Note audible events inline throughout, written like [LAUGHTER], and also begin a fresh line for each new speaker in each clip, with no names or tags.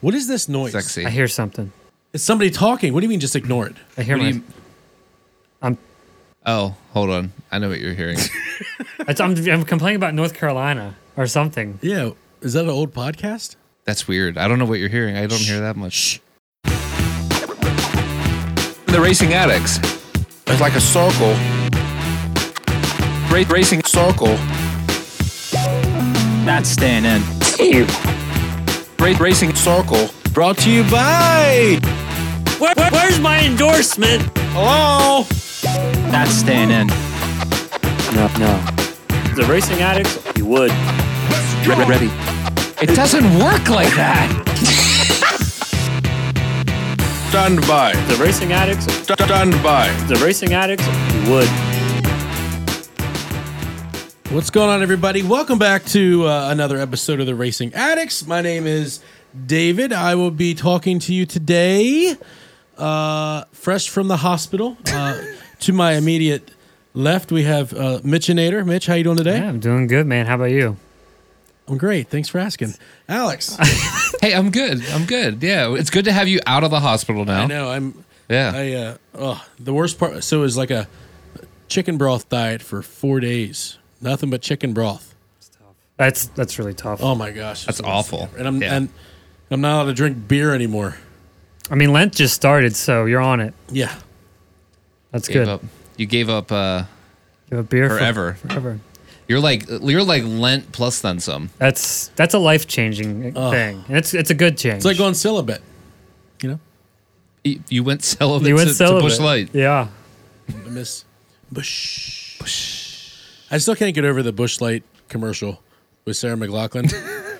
What is this noise?
Sexy.
I hear something.
It's somebody talking. What do you mean just ignore it?
I hear
What
my.
do you-
I'm,
oh, hold on. I know what
[LAUGHS]
you're hearing.
it's- I'm. I'm complaining about North Carolina or something.
Yeah. Is that an old podcast?
That's weird. I don't know what you're hearing. I don't hear that much. The Racing Addicts.
It's like a circle. Ra- racing circle.
Not staying in.
Ra- racing circle.
Brought to you by.
Where, where's my endorsement?
Hello.
Not staying in.
No, no. The racing addicts, you would.
Re- ready.
It doesn't work like that.
Stand by.
The racing addicts,
St- Stand by.
the racing addicts, you would.
What's going on, everybody? Welcome back to uh, another episode of the Racing Addicts. My name is David. I will be talking to you today, uh, fresh from the hospital.
[LAUGHS]
Uh, to my immediate left, we have uh, Mitchinator. Mitch, how you doing today?
Yeah, I'm doing good, man. How about you?
I'm great. Thanks for asking, Alex.
[LAUGHS]
Hey, I'm good. I'm good. Yeah, it's good to have you out of the hospital now.
I know I'm.
Yeah.
I uh, oh, the worst part. So it was like a chicken broth diet for four days. Nothing but chicken broth.
That's that's really tough.
Oh my gosh,
That's
it's the worst
awful.
thing ever. And I'm
Yeah.
and I'm not allowed to drink beer anymore.
I mean, Lent just started, so you're on it.
Yeah,
That's
Gave
good.
up. You gave up uh
Give a beer for-
forever.
forever.
[LAUGHS] You're like you're like Lent plus then some.
That's that's a life changing thing. And it's it's a good change.
it's like going celibate. You know,
You you went celibate,
you went
to,
celibate.
to Bush Light.
Yeah.
I miss Bush. I still can't get over the Bush Light commercial with Sarah McLaughlin.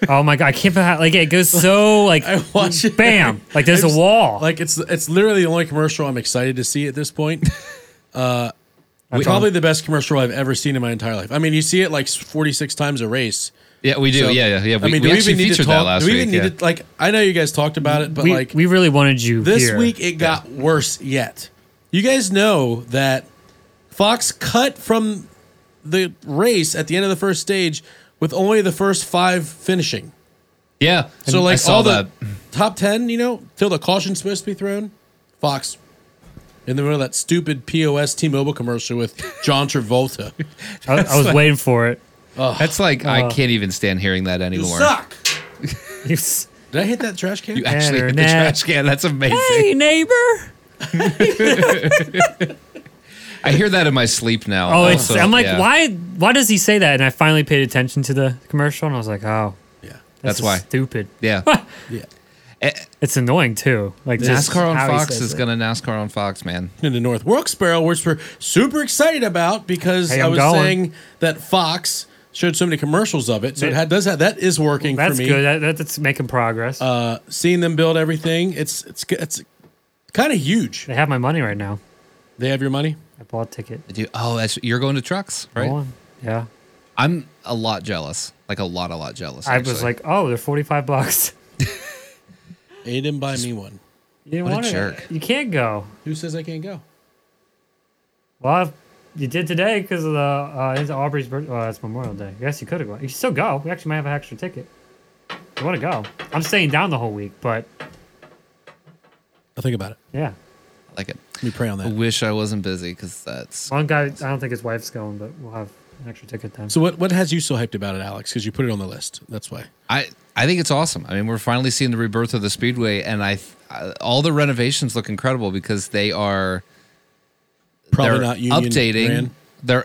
Oh my god, I can't believe like it goes so like
I watch it.
bam, like there's
It's-
a
[LAUGHS]
wall.
Like it's it's literally the only commercial I'm excited to see at this
[LAUGHS]
point. Uh,
That's
Probably
all.
the best commercial I've ever seen in my entire life. I mean, you see it like 46 times a race.
Yeah, we do.
So,
yeah, yeah, yeah. We,
I mean,
we
do we
actually
even need to
featured
talk?
that last
do we
week.
even
yeah.
need to like? I know you guys talked about it, but
we,
like
we really wanted you
this
here.
week, it got worse yet. You guys know that Fox cut from the race at the end of the first stage with only the first five finishing.
yeah.
So
I
like
saw
all
that.
the top ten, you know, till the caution's supposed to be thrown, Fox. In the middle of that stupid POS T-Mobile commercial with John
[LAUGHS]
Travolta, you
I, I was waiting for it.
That's like
Uh-huh.
I can't even stand hearing that anymore.
suck.
You s-
Did I hit that trash can?
[LAUGHS] You actually hit the
Internet.
trash can. That's amazing.
hey neighbor.
I hear that in my sleep now.
Oh, it's
also.
I'm like,
Yeah.
why why does he say that? And I finally paid attention to the commercial and I was like, oh,
yeah.
That's
just
why.
stupid. [LAUGHS]
Yeah.
Yeah.
It's annoying too. Like just
NASCAR on
how he
Fox
says
is
it.
gonna NASCAR on Fox, man.
in the North Wilkes-Barre, which we're super excited about because
Hey,
I
I'm
was
going.
saying that Fox showed so many commercials of it, so it had, does have, that is working
That's
for me. Uh,
good. That, that- that's making progress.
Seeing them build everything, it's it's it's kind of huge.
they have my money right now.
They have your money.
I bought a ticket.
I do. Oh, that's you're going to trucks, right?
Go on. Yeah.
I'm a lot jealous. Like a lot, a lot jealous.
I was
actually.
like, oh, they're 45 bucks.
They didn't buy me one.
You didn't
What a
want it.
jerk.
You can't go.
Who says I can't go?
Well, you did today because of the uh, it's Aubrey's birthday. Well, that's Memorial Day. I guess you could have gone. You should still go. We actually might have an extra ticket. You want to go? I'm staying down the whole week, but
I'll think about it.
yeah,
like it.
Let me pray on
I
that.
wish I wasn't busy because that's
one guy. I don't think his wife's going, but we'll have an extra ticket then.
So what what has you so hyped about it, Alex? Because you put it on the list. That's why.
I. I think it's awesome. I mean, we're finally seeing the rebirth of the speedway, and I, I all the renovations look incredible because they are
Probably
they're
not union.
updating.
ran.
They're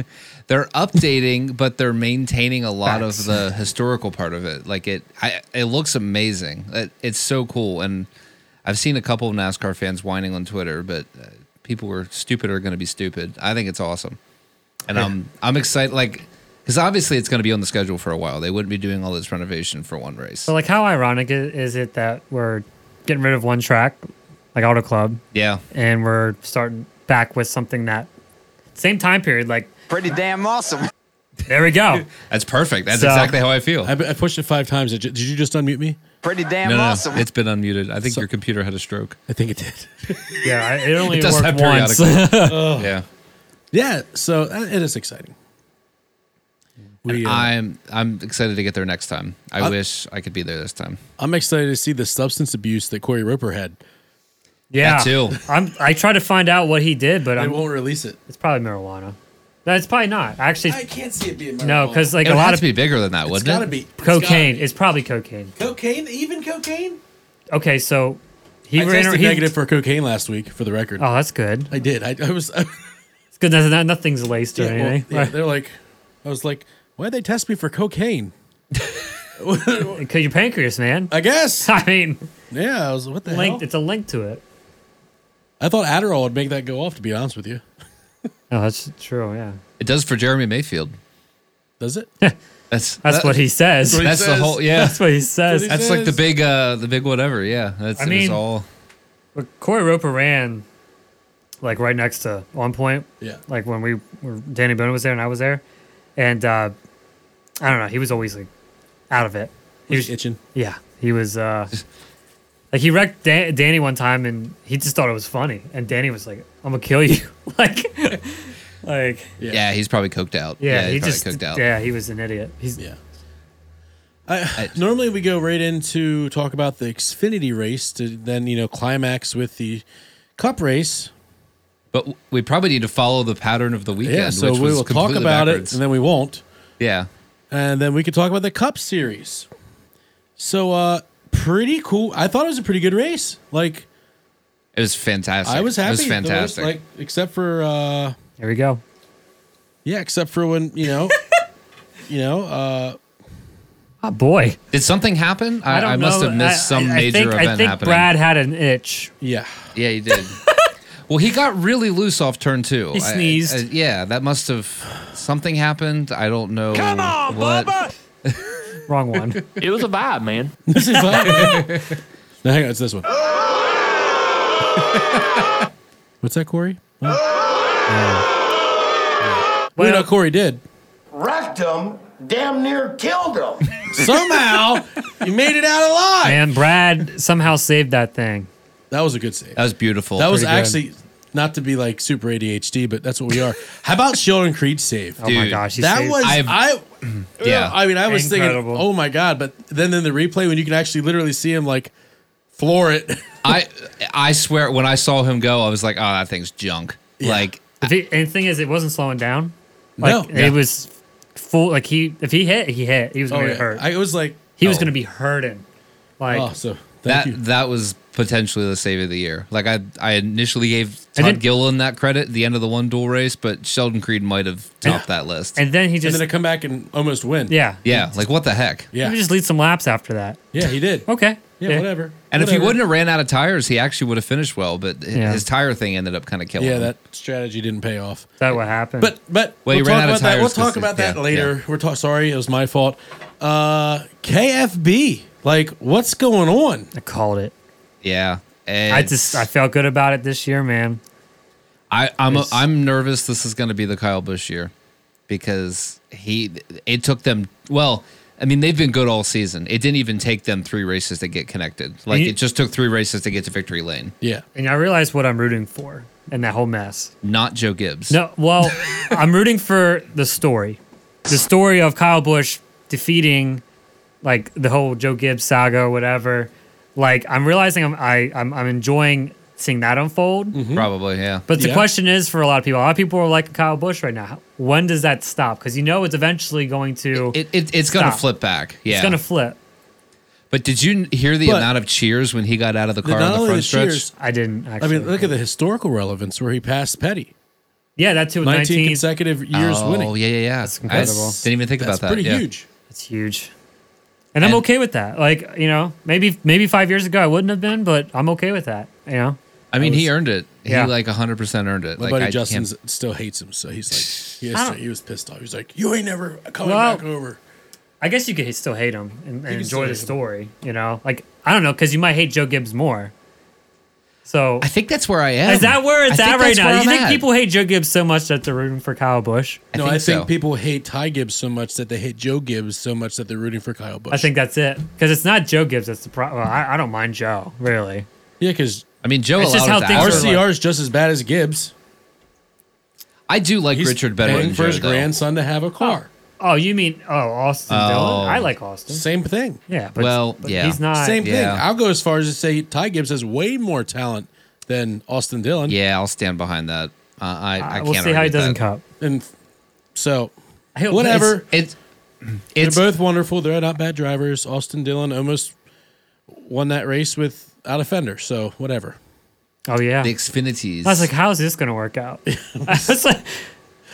[LAUGHS] they're updating, but they're maintaining a lot
Facts.
of the historical part of it. Like it, I, it looks amazing. It, it's so cool, and I've seen a couple of NASCAR fans whining on Twitter, but uh, people who are stupid are going to be stupid. I think it's awesome, and I'm I'm excited. Like. Because obviously it's going to be on the schedule for a while. They wouldn't be doing all this renovation for one race.
So, like, how ironic i- is it that we're getting rid of one track, like Auto Club,
yeah,
and we're starting back with something that same time period? Like,
Pretty damn awesome.
there
[LAUGHS]
we go.
that's perfect. That's
So-
exactly how I feel.
I, I pushed it five times. Did you, did you just unmute me?
Pretty damn
no, no,
awesome.
no, it's been unmuted. I think your computer had a stroke.
I think it did. [LAUGHS]
yeah, I- it only
It does that
worked once.
periodically. yeah.
Yeah, so uh, it is exciting. We, uh,
I'm I'm excited to get there next time. I
Uh,
I-
wish I could be there this time.
I'm excited to see the substance abuse that Corey Roper had.
[LAUGHS] Yeah,
too.
I'm. I tried to find out what he did, but
They
I'm,
won't release it.
it's probably marijuana. That's probably not actually.
I can't see it being marijuana.
no, because like
it
a
would
lot
have
of
to be bigger than that,
it's
wouldn't
gotta
it?
be it's gotta
cocaine.
be.
It's probably cocaine.
cocaine, even cocaine.
Okay, so he
I
ran.
tested
he-
negative for cocaine last week, for the record.
Oh, that's good.
I did. I, I was. [LAUGHS]
It's good. That nothing's laced or
Yeah, well,
anything.
yeah, they're like, I was like, why'd they test me for cocaine?
Because your pancreas, man.
I guess.
[LAUGHS] I mean,
Yeah, I was. What the
linked.
hell?
It's a link to it.
I thought Adderall would make that go off. To be honest with you,
Oh, that's true. Yeah,
It does for Jeremy Mayfield.
does it?
That's
that's
that-
what he says.
what he
That's the
says.
whole yeah.
[LAUGHS] That's what he
That's what
says.
he
That's like the
says.
big uh the big whatever. Yeah, that's
I
it was
mean-
all.
But Corey Roper ran like right next to On Point,
yeah.
[LAUGHS] like when we were, Danny Boone was there and I was there, and uh, I don't know, he was always like out of it. He was,
itching.
yeah, he was uh, like he wrecked Dan- Danny one time and he just thought it was funny, and Danny was like, "I'm gonna kill you," [LAUGHS] like, like
Yeah.
Yeah. he's probably coked out.
yeah, he
he's probably
just
coked out.
yeah, he was an idiot. He's
Yeah. I, normally we go right into talk about the Xfinity race to then you know climax with the Cup race.
But w- we probably need to follow the pattern of the weekend.
Yeah, so
which
we
was
will talk
completely
about
backwards.
it, and then we won't,
yeah,
and then we can talk about the Cup series. So, uh, pretty cool. I thought it was a pretty good race. Like
it was fantastic.
I was happy.
It was
The race,
fantastic.
like except for uh,
there we go.
yeah, except for when you know, [LAUGHS] you know, uh,
Oh boy,
Did something happen? I,
I
I,
don't know.
must have missed
I- I-
some
I
major
think-
event
I think
happening.
Brad had an itch.
yeah. [LAUGHS]
Yeah, he did. well, he got really loose off turn two.
He
I-
sneezed.
I- yeah, that must have something happened. I don't know. Come on, what. [LAUGHS]
Wrong one.
It was a vibe, man.
This is fine. [LAUGHS] no, hang on, it's this one. [LAUGHS] What's that, Corey? Well, no,
Well-
Corey did.
wrecked him, damn near killed him.
Somehow [LAUGHS] you made it out alive.
And Brad somehow saved that thing.
That was a good save.
That was beautiful.
That was
pretty good.
actually not to be like super ADHD, but that's what we are. [LAUGHS] How about Sheldon Creed save?
oh my
Dude,
gosh, he
that
saved-
was
I've-
[CLEARS THROAT]
I.
Yeah.
I mean, I was
Incredible.
thinking, oh my god! But then in the replay, when you can actually literally see him like floor it,
I I swear when I saw him go, I was like, oh, that thing's junk. Like
If he- and the thing is, it wasn't slowing down. Like
no,
it was full. Like he, if he hit, he hit. He was
oh,
gonna
yeah. [LAUGHS]
get hurt.
I was like,
he was
oh.
gonna be hurting. Like
oh, so thank
that
you.
that was potentially the save of the year. Like I I initially gave Todd
And then-
Gilliland that credit at the end of the one duel race, but Sheldon Creed might have topped that list.
and then he
and
just
then to come back and almost win.
yeah
yeah, like what the heck?
yeah,
He just lead some laps after that.
yeah. He did.
Okay.
Yeah, whatever.
And if he
Whatever.
wouldn't have ran out of tires, he actually would have finished well. But h-
Yeah.
his tire thing ended up kind of killing.
yeah,
him.
that strategy didn't pay off.
That would happen.
But but
Well,
we'll
you ran
talk
out
about
of
that. We'll
tires 'cause
talk
they-
about that
yeah,
later. We're talk, sorry, it was my fault. Uh, KFB, like what's going on?
I called it.
Yeah. And
I just I felt good about it this year, man.
I, I'm
It's-
I'm nervous. This is going to be the Kyle Busch year because he it took them well. I mean, they've been good all season. It didn't even take them three races to get connected. Like
you-
it just took three races to get to victory lane.
Yeah,
And I realized what I'm rooting for in that whole mess.
Not Joe Gibbs.
No,
[LAUGHS]
well, I'm rooting for the story, the story of Kyle Busch defeating, like the whole Joe Gibbs saga or whatever. Like I'm realizing I'm I, I'm, I'm enjoying seeing that unfold.
probably yeah.
But the
Mm-hmm. Yeah.
question is for a lot of people, a lot of people are like Kyle Busch right now. When does that stop? Because you know it's eventually going to
It, it it's going to
Stop.
flip back. Yeah.
it's going to flip.
but did you n- hear the
But-
amount of cheers when he got out of the car
not
on the
only
front
the
stretch?
cheers.
I didn't
I
actually.
mean, look at the historical relevance where he passed Petty,
yeah, that too. with
nineteen
19.
consecutive years
oh
winning.
yeah yeah yeah. I
incredible.
didn't even think
That's
about that.
pretty
yeah.
huge.
It's huge. And I'm
And-
okay with that. Like, you know, maybe maybe 5 years ago I wouldn't have been, but I'm okay with that, you know.
I mean,
I
he
was-
earned it.
Yeah.
He like 100 percent earned it.
My
like I
buddy
can't-
Justin still hates him, so he's like, he,
I
has to-
don't-
he was pissed off. He's like, you ain't never coming
Well-
back over.
I guess you could still hate him and, and
can still
enjoy
hate
the
him.
story, you know. Like, I don't know cuz you might hate Joe Gibbs more. So
I think that's where I am.
is that where
I
it's
think
at right
that's
now?
where
Do
I'm
you think
at.
people hate Joe Gibbs so much that they're rooting for Kyle Busch?
I
no,
think
I think
so.
people hate Ty Gibbs so much that they hate Joe Gibbs so much that they're rooting for Kyle Busch.
I think that's it. Because it's not Joe Gibbs that's the problem. Well, I, I don't mind Joe, really.
yeah, because
I mean, Joe
It's just
allowed it to
how things are
happen.
like-
RCR is just as bad as Gibbs.
I do like
He's
Richard better
paying
than
for
Joe,
his
though.
grandson to have a car.
Oh, you mean oh Austin
Oh.
Dillon? I like Austin.
Same thing.
Yeah, but,
Well,
but
yeah.
he's not.
Same thing.
yeah.
I'll go as far as to say Ty Gibbs has way more talent than Austin Dillon.
Yeah, I'll stand behind that. Uh, I, I
I,
can't.
we'll see how he
argue with
doesn't
that.
cup.
And f- so
He'll-
Whatever.
it's-
It's
they're
it's
both wonderful. They're not bad drivers. Austin Dillon almost won that race without a fender. So whatever.
Oh yeah.
the Xfinities.
I was like, how's this gonna work out? [LAUGHS] I was like,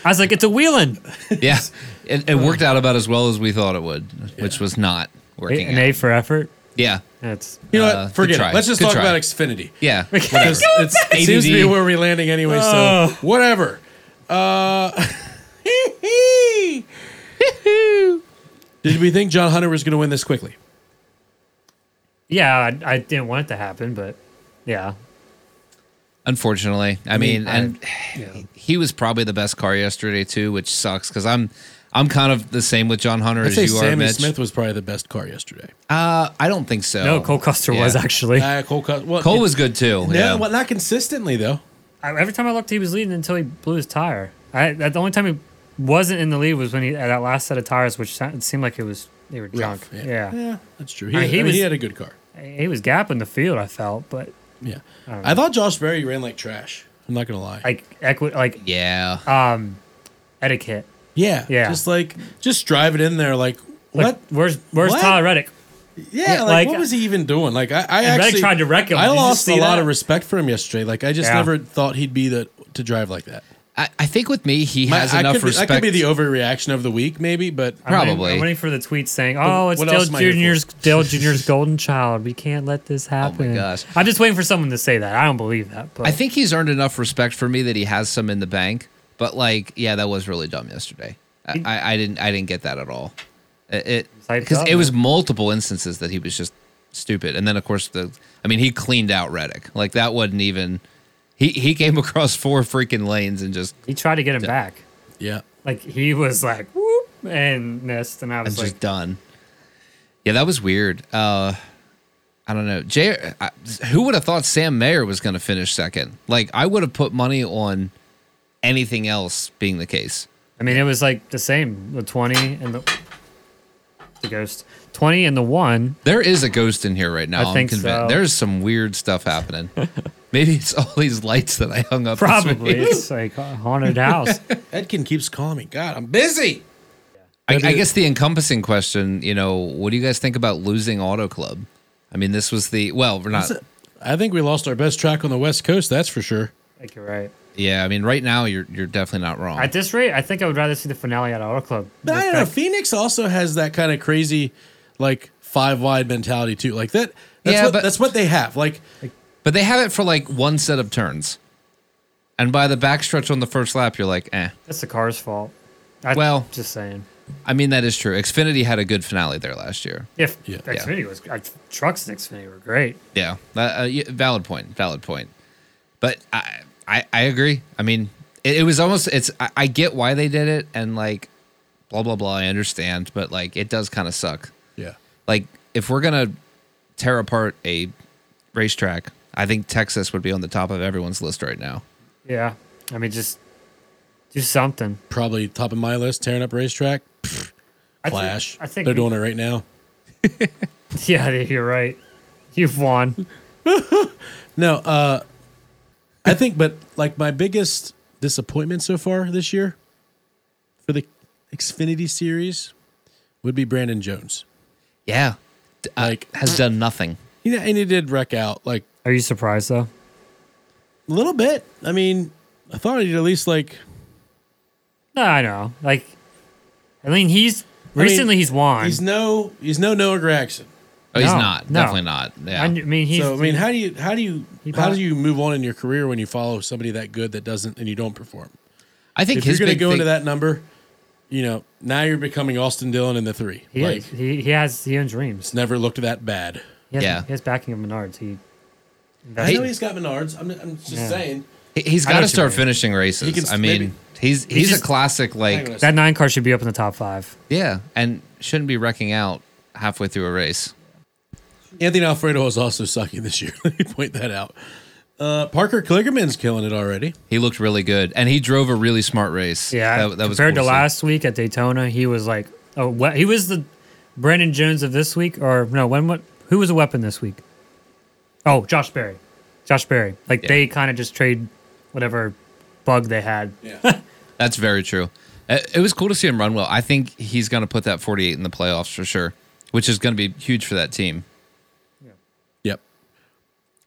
I was like, it's a wheeling
[LAUGHS] yeah, it, it worked out about as well as we thought it would, which was not working.
an
out.
A for effort.
yeah,
That's
You know
Uh,
what?
good
Forget
try.
it. Let's just
Good
talk
try.
about Xfinity.
yeah.
[LAUGHS]
Because it's, it seems to be
ADD.
where we're landing anyway.
Oh. [LAUGHS]
So whatever. Uh, [LAUGHS] did we think John Hunter was going to win this quickly?
yeah. I, I didn't want it to happen, but yeah.
Unfortunately, I, mean, and he was probably the best car yesterday too, which sucks because I'm I'm kind of the same with John Hunter
I'd
as
say
you are,
Sammy
Mitch.
Smith was probably the best car yesterday.
Uh, I don't think so.
No, Cole Custer
Yeah.
was actually.
Uh, Cole, Cus- well,
Cole
it-
was good too.
No,
yeah.
well, not consistently though.
I, every time I looked, he was leading until he blew his tire. I, that, the only time he wasn't in the lead was when he at that last set of tires, which sound- it seemed like it was they were drunk.
Yeah.
yeah.
Yeah, that's true. He,
I mean, he
I mean, he
was-
had a good car.
he was gapping the field. I felt, but
Yeah, I, thought Josh Berry ran like trash. I'm not gonna lie.
like equi- like
yeah.
Uh,
um etiquette.
yeah,
yeah.
just like just drive it in there. Like
Like,
what?
Where's Where's
What?
Tyler Reddick?
Yeah,
yeah,
like,
like-
what was he even doing? Like I, I
Reddick
actually
tried to wreck him.
I
Did you
lost
see
a lot
that?
of respect for him yesterday. Like I just
Yeah.
never thought he'd be the to drive like that.
I, I think with me, he
My-
has
I
enough
could be,
respect.
That could be the overreaction of the week, maybe. But
I'm waiting-
Probably.
I'm waiting for the tweet saying, "Oh, it's
what
Dale
else am I here for?
Junior's
[LAUGHS]
Dale Junior's golden child. We can't let this happen."
Oh gosh.
I'm just waiting for someone to say that. I don't believe that, but
I think he's earned enough respect for me that he has some in the bank. But like, yeah, that was really dumb yesterday. I, I, I didn't I didn't get that at all. It
Hyped
because
oh,
up,
it, was
man.
multiple instances that he was just stupid, and then of course the I mean he cleaned out Reddick like that wasn't even he he came [LAUGHS] across four freaking lanes and just
he tried to get him back.
yeah,
Like he was like whoop and missed, and I
and
was
just
like,
done. Yeah, that was weird. Uh, I don't know. Jay, I, who would have thought Sam Mayer was going to finish second? Like, I would have put money on anything else being the case.
I mean, it was like the same. The twenty and the the ghost twenty and
[LAUGHS]
the one.
There is a ghost in here right now.
I think
am convinced.
so.
There's some weird stuff
[LAUGHS]
happening. Maybe it's all these lights that I hung up. this
Probably
week.
it's like a haunted
[LAUGHS]
house.
Edkin keeps calling me. God, I'm busy.
I,
That
I
is-
guess the encompassing question, you know, what do you guys think about losing Auto Club? I mean, this was the well, we're not.
I think we lost our best track on the West Coast. That's for sure.
I think you're right.
Yeah, I mean, right now you're you're definitely not wrong.
At this rate, I think I would rather see the finale at Auto Club.
But I
Look
don't know.
back-
Phoenix also has that kind of crazy, like five wide mentality too. Like that. That's
Yeah,
what,
but-
that's what they have. Like
But they have it for like one set of turns. And by the backstretch on the first lap, you're like, eh.
That's the car's fault. I,
Well-
just saying.
I mean, that is true. Xfinity had a good finale there last year.
If
Yeah.
Xfinity was uh, trucks and Xfinity were great.
Yeah. Uh, uh, y- valid point. Valid point. But I, I, I agree. I mean, it, it was almost, it's, I, I get why they did it and like, blah, blah, blah. I understand. But like, it does kind of suck.
yeah,
Like, if we're going to tear apart a racetrack, I think Texas would be on the top of everyone's list right now.
Yeah. I mean, just do something.
probably top of my list. Tearing up racetrack.
I think-
Flash.
I think
they're doing it right now.
[LAUGHS] Yeah, you're right. You've won.
No, uh, I think, but like my biggest disappointment so far this year for the Xfinity series would be Brandon Jones.
Yeah. D- uh,
Like-
has done nothing.
You know, and he did wreck out like
Are you surprised though?
a little bit. I mean, I thought he'd at least like
No, I know. Like, I mean, he's recently he's won.
he's no he's no Noah Gregson.
Oh, he's
No,
not.
no.
Definitely not. Yeah.
I mean, he's.
so I mean, how do you how do you
He
how
bought-
do you move on in your career when you follow somebody that good that doesn't and you don't perform?
I think
If you're
his
going to
big
go
thing,
into that number, you know now you're becoming Austin Dillon in the three.
he
like
is. He, he has he owns dreams.
it's never looked that bad.
He has,
Yeah.
He has backing of Menards. He.
I
invested-
know he's got Menards. I'm, I'm just
Yeah.
saying.
he- he's
I know
got
what
to
you
start
mean.
finishing races.
He can s-
I
maybe-
mean, he's he's,
just-
a classic
Hang on
like
a
that nine car should be up in the top five.
yeah, and shouldn't be wrecking out halfway through a race.
[LAUGHS] Anthony Alfredo is also sucking this year. Let me point that out. Uh, Parker Kligerman's killing it already.
He looked really good, and he drove a really smart race.
Yeah,
that, that was
compared
cool
to
see.
last week at Daytona, he was like, oh, what? He was the Brandon Jones of this week, or no? When what? Who was a weapon this week? Oh, Josh Berry, Josh Berry. Like
Yeah.
they kind of just trade whatever bug they had.
That's very true. Uh, It was cool to see him run well. I think he's going to put that 48 in the playoffs for sure, which is going to be huge for that team.
Yep.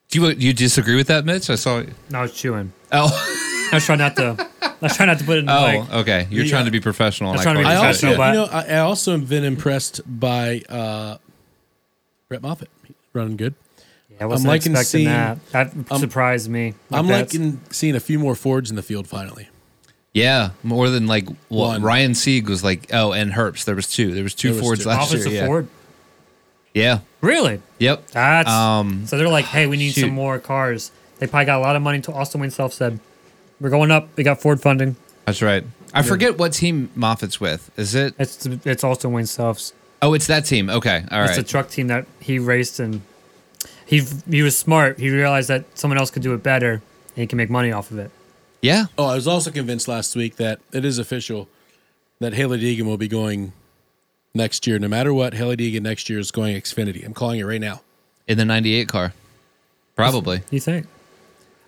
Do you you disagree with that, Mitch? I saw.
No, I was chewing.
Oh, [LAUGHS]
I was trying not to. I was trying not to put it in.
oh,
like,
okay. You're
Yeah.
trying to be professional. and
I'm trying to be
I
caught it.
also,
professional,
Yeah.
but-
you know, I, I also have been impressed by uh, Brett Moffitt running good.
I wasn't
liking seeing-
expecting that. That surprised me. Like,
I'm
that's-
liking seeing a few more Fords in the field finally.
Yeah, more than like well,
One.
Ryan Sieg was like oh, and Herbst. There was two. There was two
There was
Fords
two.
last
offensive Ah.
year. Yeah.
Ford.
yeah.
Really?
Yep.
That's
Um,
so they're like, hey, we need
shoot.
some more cars. They probably got a lot of money. To Austin Wayne self said, we're going up. We got Ford funding.
That's right. I forget what team Moffitt's with. Is it?
It's it's Austin Wayne self's.
Oh, it's that team. Okay. All
It's
right.
a truck team that he raced and he he was smart. He realized that someone else could do it better and he can make money off of it.
yeah.
Oh, I was also convinced last week that it is official that Haley Deegan will be going next year. No matter what, Haley Deegan next year is going Xfinity. I'm calling it right now.
In the 98 car. Probably.
You think?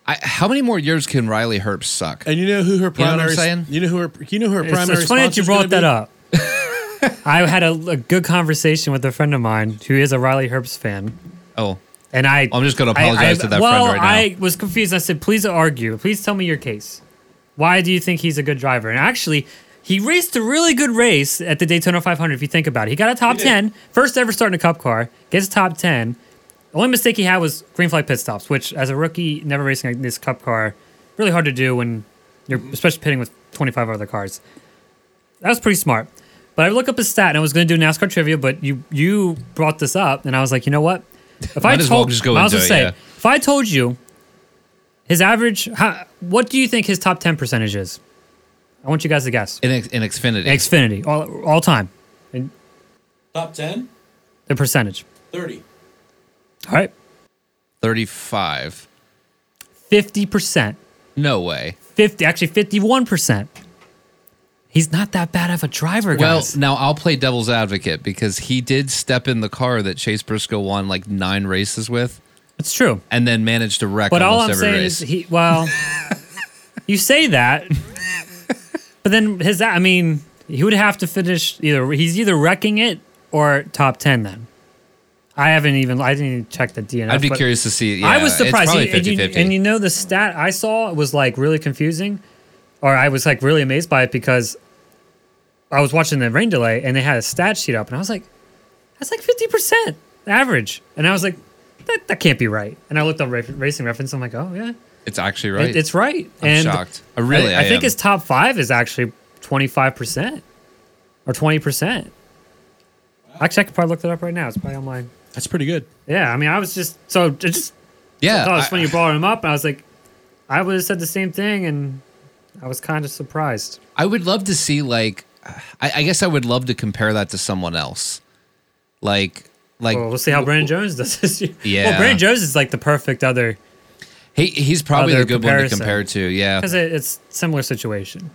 I, how many more years can Riley Herbst suck?
And you know who her
You know what I'm
primary
saying?
you know who her you know who her
It's,
primary
it's funny that you
sponsor's
brought
gonna
that
be?
up. [LAUGHS] I had a, a good conversation with a friend of mine who is a Riley Herbst fan.
Oh,
And I,
I'm just gonna
I-
apologize
I-
to that
well,
friend right now.
I was confused. I said, "Please argue. Please tell me your case. Why do you think he's a good driver?" And actually, he raced a really good race at the Daytona 500. If you think about it, he got a top 10, first ever starting a Cup car, gets top 10. The only mistake he had was green flag pit stops, which as a rookie, never racing like this Cup car, really hard to do when you're especially pitting with 25 other cars. That was pretty smart. But I look up his stat, and I was going to do NASCAR trivia, but you you brought this up, and I was like, you know what? If I
Might as well just go
I
into
was
it,
say,
yeah.
if I told you his average, how, what do you think his top ten percentage is? I want you guys to guess.
in, X- in Xfinity.
Xfinity, all, all time,
Top 10,
the percentage.
30.
All right,
35.
fifty percent,
No way.
fifty, actually fifty-one percent. He's not that bad of a driver,
Well,
guys.
now I'll play devil's advocate because he did step in the car that Chase Briscoe won like nine races with
it's true.
and then managed to wreck
But all
almost
I'm
every
saying
race.
is, he,
[LAUGHS]
well, you say that, but then his, I mean, he would have to finish either, he's either wrecking it or top 10 then. I haven't even, I didn't even check the DNF.
I'd be
but
curious to see. Yeah,
I was surprised.
It's
You-
probably
and,
50
you, and you know, the stat I saw was like really confusing, or I was like really amazed by it because I was watching the rain delay and they had a stat sheet up, and I was like, that's like 50% average. And I was like, that, that can't be right. And I looked up ra- racing reference. I'm like, oh, yeah.
It's actually
It-
right.
it's right.
I'm
and
shocked. I really
I,
I
think
am.
his top five is actually twenty five percent or twenty percent. Actually, I could probably look that up right now. It's probably on my.
That's pretty good.
Yeah, I mean, I was just so I just
yeah.
thought it oh,
[LAUGHS]
was
I-
funny you brought him up, and I was like, I would have said the same thing, and I was kind of surprised.
I would love to see like I, I guess I would love to compare that to someone else. Like like
Well, we'll see how Brandon Jones does this year.
Yeah.
Well, Brandon Jones is like the perfect other
he he's probably
Other
the good one to
comparison.
compare to. Yeah.
because it, it's similar situation.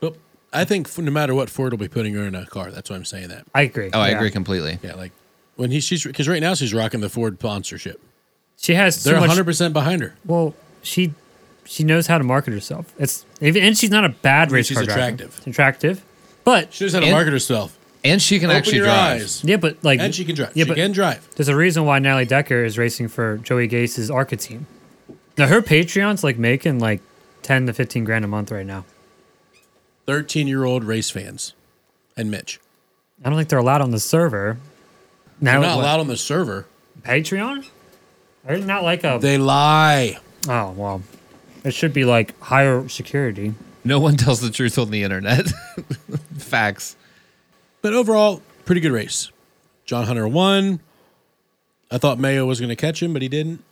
But I think f- no matter what Ford will be putting her in a car, that's why I'm saying that.
I agree.
Oh, I
yeah.
agree completely.
Yeah, like when he she's because right now she's rocking the Ford sponsorship.
She has
They're
too much
100 percent behind her.
Well, she she knows how to market herself. It's even- and she's not a bad race
she's
car driver.
attractive.
Attractive, but
She knows how to
And-
market herself.
And she can
Open
actually
your
drive.
eyes,
yeah, but like
and she can drive.
Yeah,
she
but
can drive.
there's a reason why Natalie Decker is racing for Joey Gase's ARCA team. Now her Patreon's like making like ten to fifteen grand a month right now.
13 year old race fans and Mitch.
I don't think they're allowed on the server. Now
They're not
what,
allowed on the server.
Patreon. They're not like a
They lie.
oh well. It should be like higher security.
No one tells the truth on the internet. [LAUGHS] Facts.
But overall, pretty good race. John Hunter won. I thought Mayo was going to catch him, but he didn't.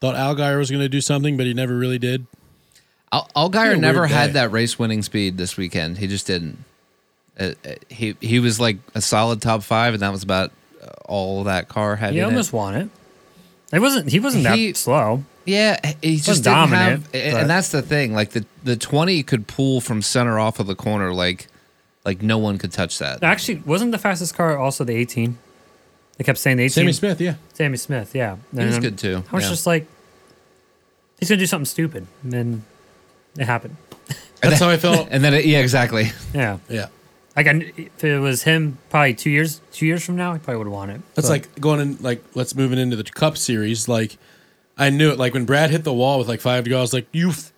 Thought Algier was going to do something, but he never really did.
Al- Algier
weird
never
guy.
had that race winning speed this weekend. He just didn't. Uh, uh, he he was like a solid top five, and that was about uh, all that car had.
He
in it.
almost won it. It wasn't. He wasn't
He-
that slow.
Yeah, he just didn't
dominant,
have,
but-
and that's the thing. Like the the twenty could pull from center off of the corner, like like no one could touch that.
Actually, wasn't the fastest car also the 18? They kept saying the 18.
Sammy Smith, yeah.
Sammy Smith, yeah.
He was
And
good too,
I was
yeah.
just like, he's going to do something stupid. And then it happened.
That's how I felt.
[LAUGHS] And then it, yeah, exactly. [LAUGHS]
Yeah.
Yeah.
Like, I, kn- if it was him probably two years two years from now, he probably would have won it.
That's
But
like going in like let's moving into the cup series. Like I knew it. Like when Brad hit the wall with like five to go, I was like, "You, f-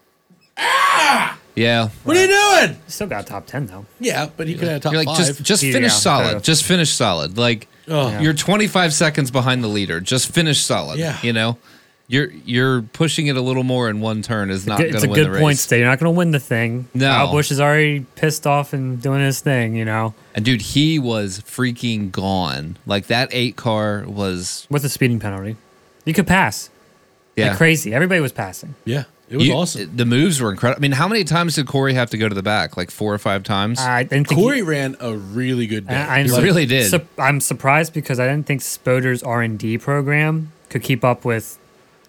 Yeah,
what are you doing?"
he still got top 10, though.
Yeah, but he could have top
You're like
five.
just just
Yeah,
finish
yeah,
solid.
kind of.
Just finish solid. Like
Oh.
you're 25 seconds behind the leader. Just finish solid.
Yeah.
you know, you're you're pushing it a little more in one turn is not
Good-
going
it's a
to win the
good
race.
point state. You're not going to win the thing.
No.
Kyle Busch is already pissed off and doing his thing, you know,
And dude, he was freaking gone. Like that eight car was
with the speeding penalty. You could pass.
yeah.
Like crazy. Everybody was passing.
yeah, it was
You-
awesome.
The moves were incredible. I mean, how many times did Corey have to go to the back? Like four or five times.
I didn't think he-
Corey ran a really good day.
I, I'm
He
sur-
really did.
sup- I'm surprised because I didn't think Spoder's R and D program could keep up with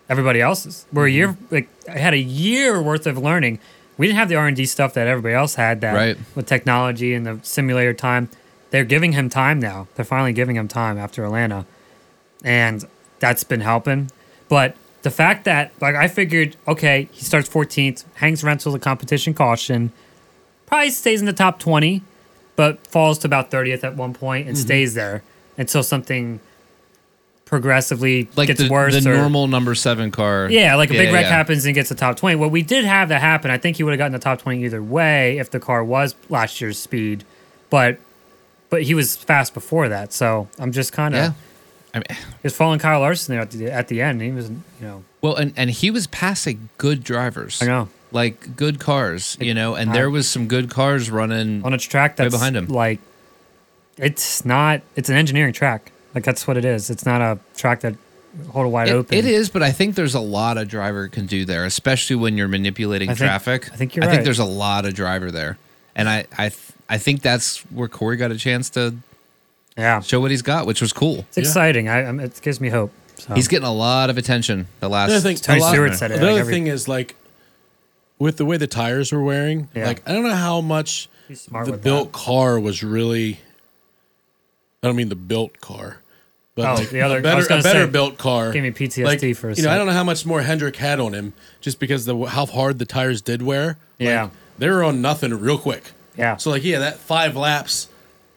everybody else's. We're
Mm-hmm.
a year like I had a year worth of learning. We didn't have the R and D stuff that everybody else had. That
Right.
with technology and the simulator time, they're giving him time now. They're finally giving him time after Atlanta, and that's been helping. But the fact that like I figured, okay, he starts 14th, hangs around till the competition caution, probably stays in the top 20 but falls to about 30th at one point and
Mm-hmm.
stays there until something progressively
like
gets
the,
worse
the
or
number number seven car.
yeah like a big wreck
yeah.
happens and gets the top 20 well we did have that happen i think he would have gotten the top 20 either way if the car was last year's speed but but he was fast before that so i'm just kind of
Yeah.
he
I mean,
was following kyle larson there at the, at the end he was you know
well, and and he was passing good drivers.
i know
Like good cars, you know, and
I-
there was some good cars running.
on a track
Way
that's
behind him.
like it's not it's an engineering track like that's what it is it's not a track that hold a wide
It-
open
it is, but I think there's a lot a driver can do there, especially when you're manipulating
I think-
traffic.
I think you're
I think
right.
there's a lot of driver there, and I I th- I think that's where Corey got a chance to
yeah
show what he's got, which was cool.
It's exciting. I, I'm, it gives me hope. So.
He's getting a lot of attention the last.
The other thing,
Tony
a lot-
Stewart said it.
The
like
other
every-
thing is like with the way the tires were wearing,
Yeah.
like I don't know how much
He's smart
the
with
built car was really. I don't mean the built car, but
Oh,
like
the other- I
a better,
was gonna
a better
say,
built car
gave me PTSD for a
you know. I
sec.
don't know how much more Hendrick had on him just because the how hard the tires did wear.
Yeah.
like, they were on nothing real quick.
Yeah.
So like yeah, that five laps.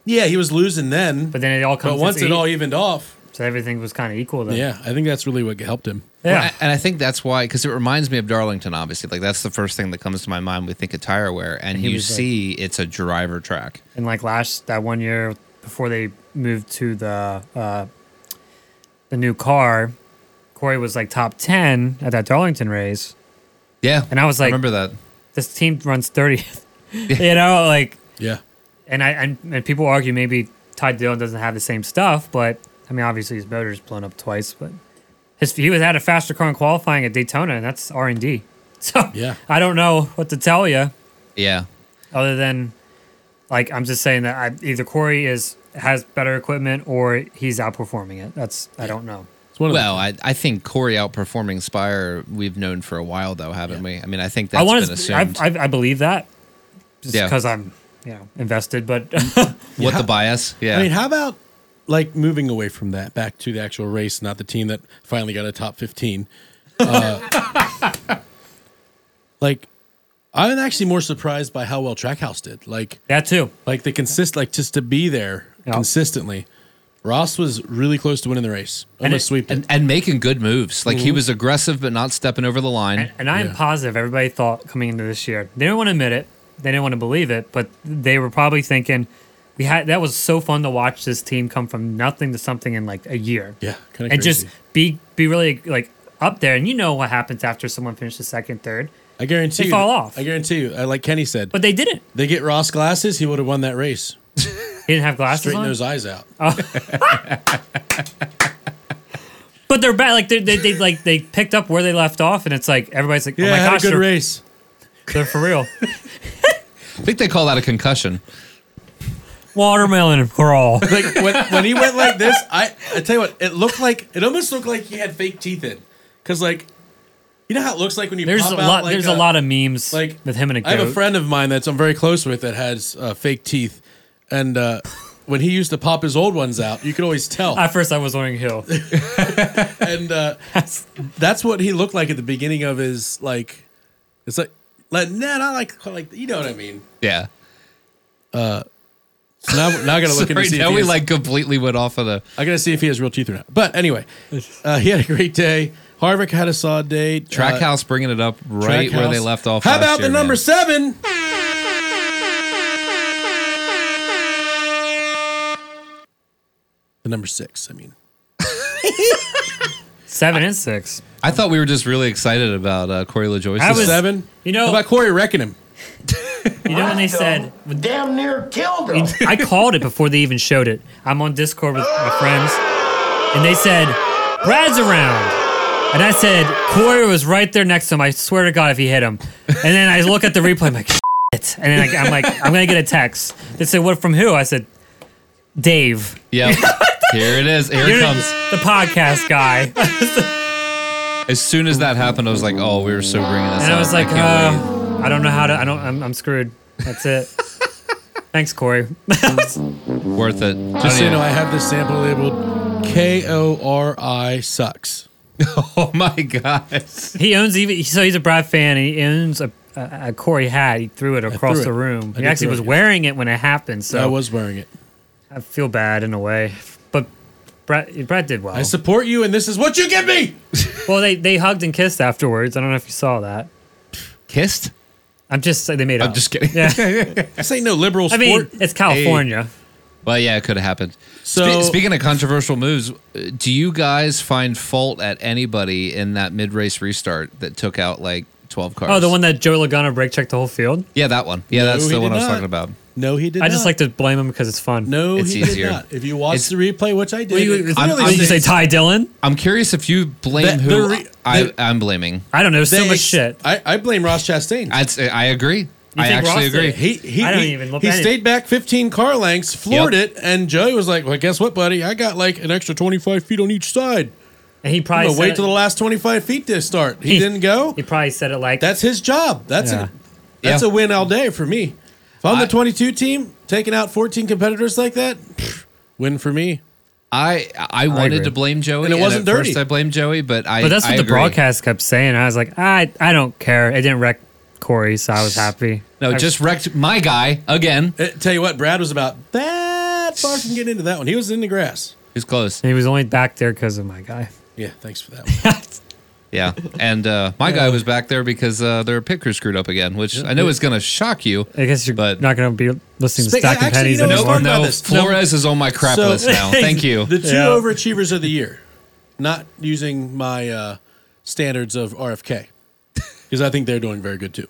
Yeah, he was losing then,
But then it all
but
comes.
once
to
it
e-
all evened off,
so everything was kind of equal. Then.
yeah, I think that's really what helped him.
Yeah.
Well, and I think that's why, because it reminds me of Darlington, obviously. Like, that's the first thing that comes to my mind. We think of tire wear, and
He
you
was like-
see it's a driver track.
and like last that one year before they moved to the uh, the new car, Corey was like top ten at that Darlington race.
Yeah.
And I was
I
like-
remember that.
This team
[LAUGHS]
runs thirtieth. you know, like
Yeah,
and I and, and people argue maybe Ty Dillon doesn't have the same stuff, but I mean obviously his motor's blown up twice, but his he was at a faster car in qualifying at Daytona, and that's R and D. [LAUGHS] So
Yeah.
I don't know what to tell you
Yeah.
other than like I'm just saying that I, either Corey is has better equipment or he's outperforming it. That's I don't know.
it's one of the
Well, I, I think Corey outperforming Spire, we've known for a while, though, haven't we? I mean, I think that's
I want
been
to.
assumed.
I, I, I believe that just
Yeah. Mm.
because I'm you know invested, but
what the bias? Yeah.
I mean, how about like moving away from that back to the actual race, not the team that finally got a top 15? Uh, [LAUGHS] like, I'm actually more surprised by how well Trackhouse did. Like,
[LAUGHS] that too.
like the consist, like just to be there
Yeah.
consistently. Ross was really close to winning the race.
And
Almost
it-
sweeped
and,
it.
and making good moves. Like, he was aggressive, but not stepping over the line.
And, and I am positive everybody thought coming into this year they didn't want to admit it, they didn't want to believe it, but they were probably thinking we had that was so fun to watch this team come from nothing to something in like a year.
Yeah, kind of
and
crazy.
just be be really like up there, and you know what happens after someone finishes second, third,
I guarantee
they
you,
fall off.
I guarantee you, uh, like Kenny said,
but they didn't.
they get Ross glasses, he would have won that race.
He didn't have glasses
Straighten
on. Oh
those eyes out.
But they're back. Like they, they, they like they picked up where they left off, and it's like everybody's like, "Oh
yeah,
my
I had
gosh,
a good
they're,
race.
they're
[LAUGHS]
for real."
I think they call that a concussion.
Watermelon crawl.
like when, when he went like this, I I tell you what, it looked like it almost looked like he had fake teeth in, because like You know how it looks like when you
There's
pop
a
out
lot.
like uh,
there's a, lot of memes
like
with him and a goat.
I have a friend of mine that's I'm very close with that has uh, fake teeth, and uh, when he used to pop his old ones out, you could always tell.
At first, [LAUGHS] I was wondering who.
and
[LAUGHS]
uh, that's what he looked like at the beginning of his like. It's like, like nah, not like like you know what I mean.
Yeah.
So now, now I gotta
[LAUGHS]
look into
Sorry,
see if
now
he
we
has-
like completely went off of the.
I gotta see if he has real teeth or not. But anyway, uh, he had a great day. Harvick had a solid day. Uh,
Trackhouse bringing it up right where
Trackhouse.
they left off.
How
last
about
year,
the number
man.
seven? The number six, I mean.
Seven and six.
I thought we were just really excited about uh, Corey LaJoyce.
I
The
was-
seven?
you know-
How about Corey Reckoning?
You know when they said
Damn near
[LAUGHS]
killed him.
I called it before they even showed it. I'm on Discord with my friends, and they said, Brad's around. And I said, Corey was right there next to him. I swear to God, if he hit him. And then I look at the replay, I'm like, shit. And then I, am like, I'm going to get a text. They said, what from who? I said, Dave.
[LAUGHS]
Yep. Here it is. Here it
You're
comes.
The podcast guy.
As soon as that happened, I was like, "Oh, we were so bringing this."
And
up.
I was like,
can't wait.
uh, I don't know how to, I don't, I'm, I'm screwed. That's it. Thanks, Corey. [LAUGHS]
worth it.
Just so you know, I have this sample labeled K O R I sucks.
[LAUGHS] oh my god.
He owns even so he's a Brad fan. and He owns a, a, a Corey hat. He threw it across
threw
the
it.
room.
I
he
did
actually
throw it,
was
yeah.
wearing it when it happened.
Oh.
So I,
I was wearing it.
feel bad in a way, but Brad Brad did well.
I support you, and this is what you give me.
well, they they hugged and kissed afterwards. I don't know if you saw that.
Kissed?
I'm just they made
I'm
up.
just kidding.
[LAUGHS]
Yeah,
This ain't no liberal
I
sport.
mean it's California.
Well, yeah, it could have happened.
So-
Spe- speaking of controversial moves, uh, do you guys find fault at anybody in that mid-race restart that took out like 12 cars?
Oh, the one that Joe Logano brake checked the whole field.
Yeah, that one. Yeah,
No,
that's
he
the one
did
I was
not.
talking about.
no, he did.
I just
not.
like to blame him because it's fun.
No,
It's
he
easier.
did not. If you watch
It's-
the replay, which I did,
Wait,
it
wait,
clearly
I'm- I'm- did you say
states-
Ty Dillon?
I'm curious if you blame
The-
who
the re-
I,
the-
I'm blaming.
I don't know so
they-
much shit.
I, I blame Ross Chastain.
I'd say, I agree. I
think
actually
Ross did
agree.
it?
he he,
I don't
he,
even look
he
at it.
stayed back 15 car lengths, floored
Yep.
it, and Joey was like, "Well, guess what, buddy? I got like an extra 25 feet on each side.
And he
I'm
probably
gonna wait
said
till the
it,
last 25 feet to start." He didn't go.
he probably said it like
That's his job. That's
Yeah.
a that's
Yeah.
a win all day for me. If I'm
I-
the 22 team, taking out 14 competitors like that, pff, win for me.
I I wanted
agree.
to blame Joey,
And it wasn't
at
dirty.
First I blamed Joey, but I.
But that's what
I
the
agree.
broadcast kept saying. I was like, I I don't care. It didn't wreck Corey, so I was happy.
No,
I-
just wrecked my guy again.
Uh, tell you what, Brad was about that far from getting into that one. He was in the grass.
He's close.
he was only back there because of my guy. [LAUGHS]
Yeah, thanks
[LAUGHS]
for that. One.
Yeah, and uh, my guy was back there because uh, their pit crew screwed up again, which I know is going to shock you.
I guess you're
But-
not going to be listening to
Spe-
Stack and
actually,
Pennies
you know what's
anymore.
funny? about
No,
this.
Flores is on my crap
So- [LAUGHS]
list now. Thank you.
The two
Yeah.
overachievers of the year, not using my uh, standards of RFK, because I think they're doing very good too.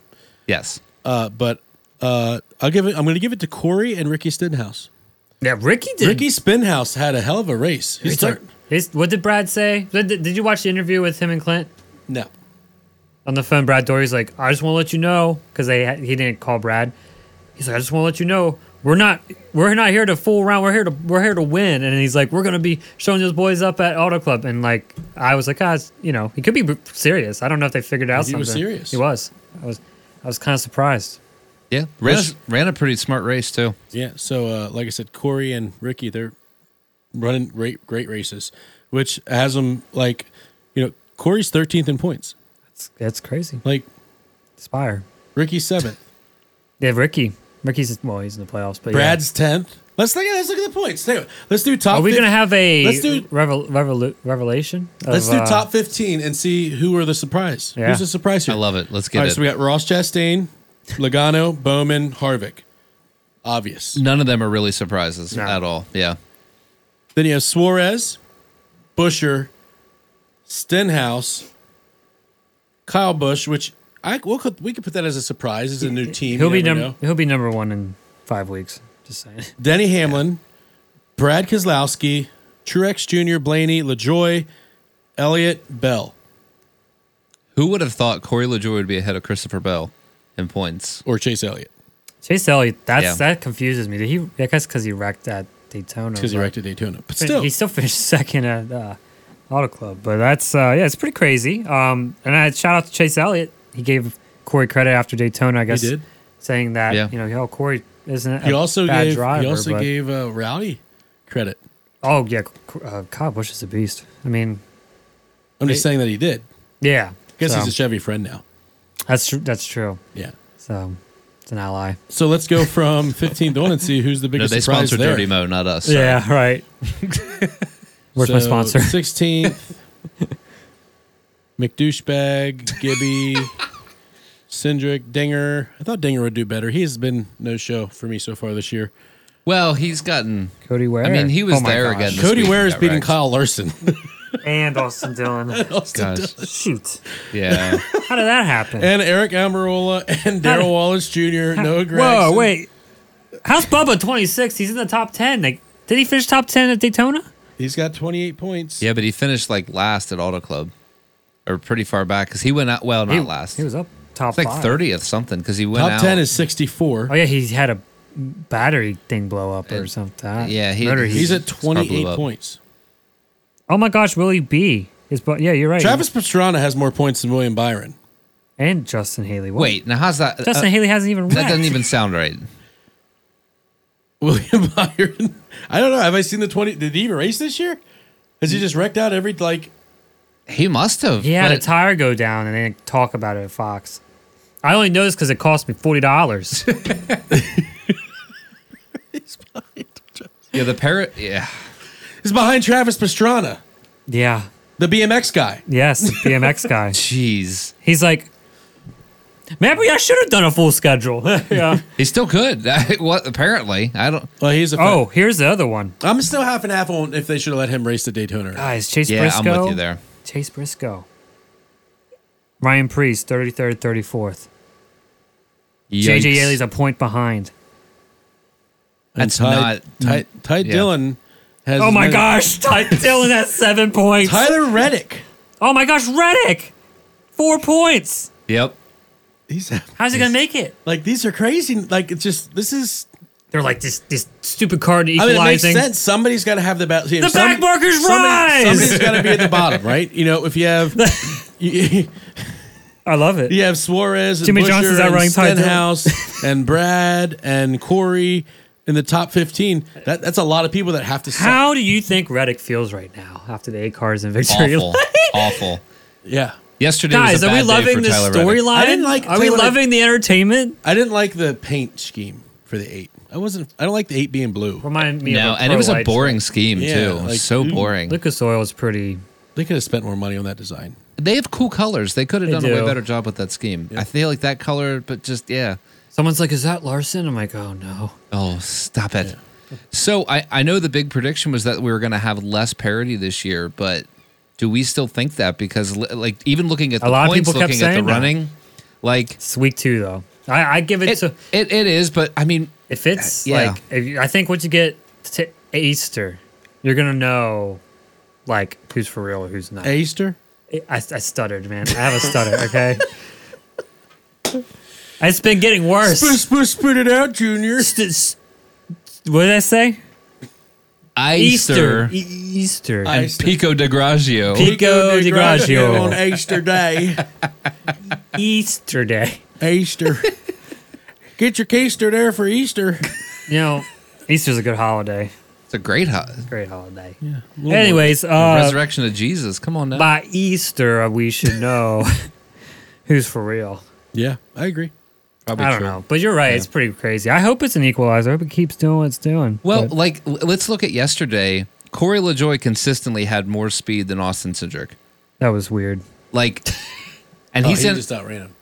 yes,
Uh, but uh, I'll give it. I'm going to give it to Corey and Ricky Stenhouse.
Yeah, Ricky did.
Ricky Spinhouse had a hell of a race. He's
He's like-
third.
he's- what did Brad say? Did, did- did you watch the interview with him and Clint
No,
on the phone? Brad Dory's like, I just want to let you know because they had- he didn't call Brad. He's like, I just want to let you know we're not we're not here to fool around. We're here to we're here to win. And he's like, we're going to be showing those boys up at Auto Club. And like, I was like, guys, you know, he could be serious. I don't know if they figured out
He
something.
was serious.
He was. I was. I was kind of surprised.
yeah, ran, ran a pretty smart race too.
yeah. So uh, like I said, Corey and Ricky, they're running great, great races, which has them like, you know, Corey's 13th in points.
That's, that's crazy.
Like
Spire.
Ricky seventh,
Yeah, Ricky. Ricky's well, he's in the playoffs, but
Brad's 10th. Let's look at let's look at the points. Anyway, let's do
Yeah.
top.
Are we
50
gonna have a
Let's do-
revel, revolu- revelation? of,
Let's do
uh,
top 15 and see who are the surprise.
Yeah.
Who's the surprise here?
I love it. Let's get
All right,
it.
so we got Ross Chastain, Logano, Bowman, Harvick. Obvious.
None of them are really surprises
No.
at all. Yeah,
Then you have Suarez, Busher, Stenhouse, Kyle Bush, which I we'll, could- we could put that as a surprise. It's a new team.
He'll
you
be
never
number
know.
he'll be number one in five weeks. Just saying. [LAUGHS]
Denny Hamlin, Brad Keselowski, Truex Jr., Blaney, LaJoy, Elliott, Bell,
who would have thought Corey LaJoy would be ahead of Christopher Bell in points?
or Chase Elliott
Chase Elliott, that's
Yeah.
that confuses me. Did he I guess because he wrecked at Daytona.
because he
but
wrecked at Daytona. But
[LAUGHS] fin-
still,
he still finished second at uh, Auto Club. But that's uh, yeah, it's pretty crazy. Um, and I shout out to Chase Elliott. He gave Corey credit after Daytona. I guess
did.
saying that
Yeah.
you know, yo, Corey isn't.
He
a
also
bad
gave
driver,
he also
but-
gave uh, Rowdy credit.
Oh yeah, C- uh, Kyle Busch is a beast. I mean,
I'm just saying that he did.
yeah.
guess
so,
he's a Chevy friend now.
that's true. That's true.
Yeah.
So it's an ally.
So let's go from [LAUGHS] 15th on and see who's the
No,
biggest
they
surprise
sponsor
there.
Dirty Mo, not us. sorry.
Yeah, right. [LAUGHS] Where's
So,
my sponsor? [LAUGHS]
16th. McDouchebag, Gibby, Cindric, Dinger. I thought Dinger would do better. He has been no show for me so far this year.
Well, he's
[LAUGHS]
gotten.
Cody Ware.
I mean, he was
Oh my
there
gosh.
again. This
Cody
week he
Ware is
got
beating
wrecked.
Kyle Larson.
[LAUGHS]
[LAUGHS]
And Austin Dillon.
Gosh,
Shoot.
yeah.
[LAUGHS] How did that happen?
and Eric Amarola and
How did-
Daryl Wallace Jr. Noah Gregson.
Whoa, wait. How's Bubba 26? He's in the top 10. Like, did he finish top 10 at Daytona?
He's got 28 points.
Yeah, but he finished like last at Auto Club, or pretty far back because he went out. Well, not
he,
last.
He was up top
It's like
five.
thirtieth something because he went
Top
out.
10 is 64.
Oh, yeah. He had a battery thing blow up or something.
Uh, yeah, he-
Motor
He's
heat.
at 28
blew up.
points.
Oh, my gosh. Willie B. Is, but yeah, you're right.
Travis Pastrana has more points than William Byron.
And Justin Haley. What?
Wait, now how's that?
Justin
uh,
Haley hasn't even
that
wrecked.
doesn't even sound right.
[LAUGHS] William Byron. I don't know. Have I seen the 20? Did he even race this year? Has he just wrecked out every, like,
He must have.
He had a
but-
tire go down and they didn't talk about it at Fox. I only know this because it cost me
[LAUGHS]
forty dollars.
Yeah, the parrot. Yeah,
he's behind Travis Pastrana,
yeah.
the BMX guy.
Yes, the BMX guy.
jeez,
He's like, maybe I should have done a full schedule. [LAUGHS] yeah.
[LAUGHS] he still could. what? Apparently, I don't.
Well, he's a.
Oh, here's the other one.
I'm still half and half on if they should have let him race the Daytona. or
Ah,
not.
Guys, Chase
Yeah,
Briscoe.
I'm with you there.
Chase Briscoe. Ryan Priest, thirty third, thirty fourth. JJ
Yikes.
Yaley's a point behind.
And
that's
Ty,
not- mm,
Ty, Ty
yeah.
Dillon has.
Oh my
another-
[LAUGHS]
gosh, Ty Dillon has seven points.
Tyler Reddick.
Oh my gosh, Reddick, four points.
Yep.
He's
How's he gonna make it?
like these are crazy. Like it's just this is.
They're like this this stupid card
I mean, it makes
equalizing.
sense. Somebody's got to have the back.
The back markers rise!
Somebody's got to be at the bottom, right? You know, if you have
[LAUGHS]
[LAUGHS] you,
I love it.
you have Suarez, and
Jimmy
Buescher
Johnson's
and
outrunning Ty Dillon. [LAUGHS]
Stenhouse, and Brad, and Corey in the top fifteen. That that's a lot of people that have to. suck.
How do you think Reddick feels right now after the eight cars in
[LAUGHS]
victory?
Awful. awful.
Yeah,
Yesterday was
Guys,
a
are
bad day
we
for
loving this
Tyler Reddick.
storyline?
I didn't like-
Are
tell
we
you what I-
loving the entertainment?
I didn't like the paint scheme for the eight. I wasn't. I don't like the eight being blue.
Remind me
No,
of a
and it was a
pro-light.
boring scheme
Yeah,
too.
like,
so boring.
Lucas Oil is pretty.
They could have spent more money on that design.
They have cool colors. They could have
They
done a
do.
way better job with that scheme. I feel like that color, but just yeah.
Someone's like, "Is that Larson?" I'm like, "Oh no."
Oh, stop it. So I, I know the big prediction was that we were going to have less parity this year, but do we still think that? Because li- like even looking at
A
the
lot of
points,
people kept
looking at the
saying that.
running, like
It's week two though. I, I give it,
it,
to
it, it is. But I mean,
if it's
Yeah.
like if you, I think once you get to Easter, you're gonna know like who's for real or who's not.
Easter.
I, I stuttered, man. I have a stutter, okay? [LAUGHS] it's been getting worse.
Spit, spit, spit it out, Junior.
S- s- What did I say?
Easter,
Easter. E- Easter.
I-
and Pico de Graggio.
Pico de Graggio.
on Easter Day.
Easter Day. [LAUGHS]
Easter. Get your keister there for Easter.
You know, Easter's a good holiday.
it's a great hot
Great holiday. Yeah. Anyways, uh,
resurrection of Jesus. Come on now.
by Easter, uh, we should know [LAUGHS] who's for real.
Yeah, I agree.
Probably
I don't
true.
know. But you're right. It's pretty crazy. I hope it's an equalizer. I hope it keeps doing what it's doing.
Well,
But-
like l- let's look at yesterday. Corey LaJoy consistently had more speed than Austin Cedric.
that was weird.
Like,
[LAUGHS]
and
Oh, He
he's in.
just outran him.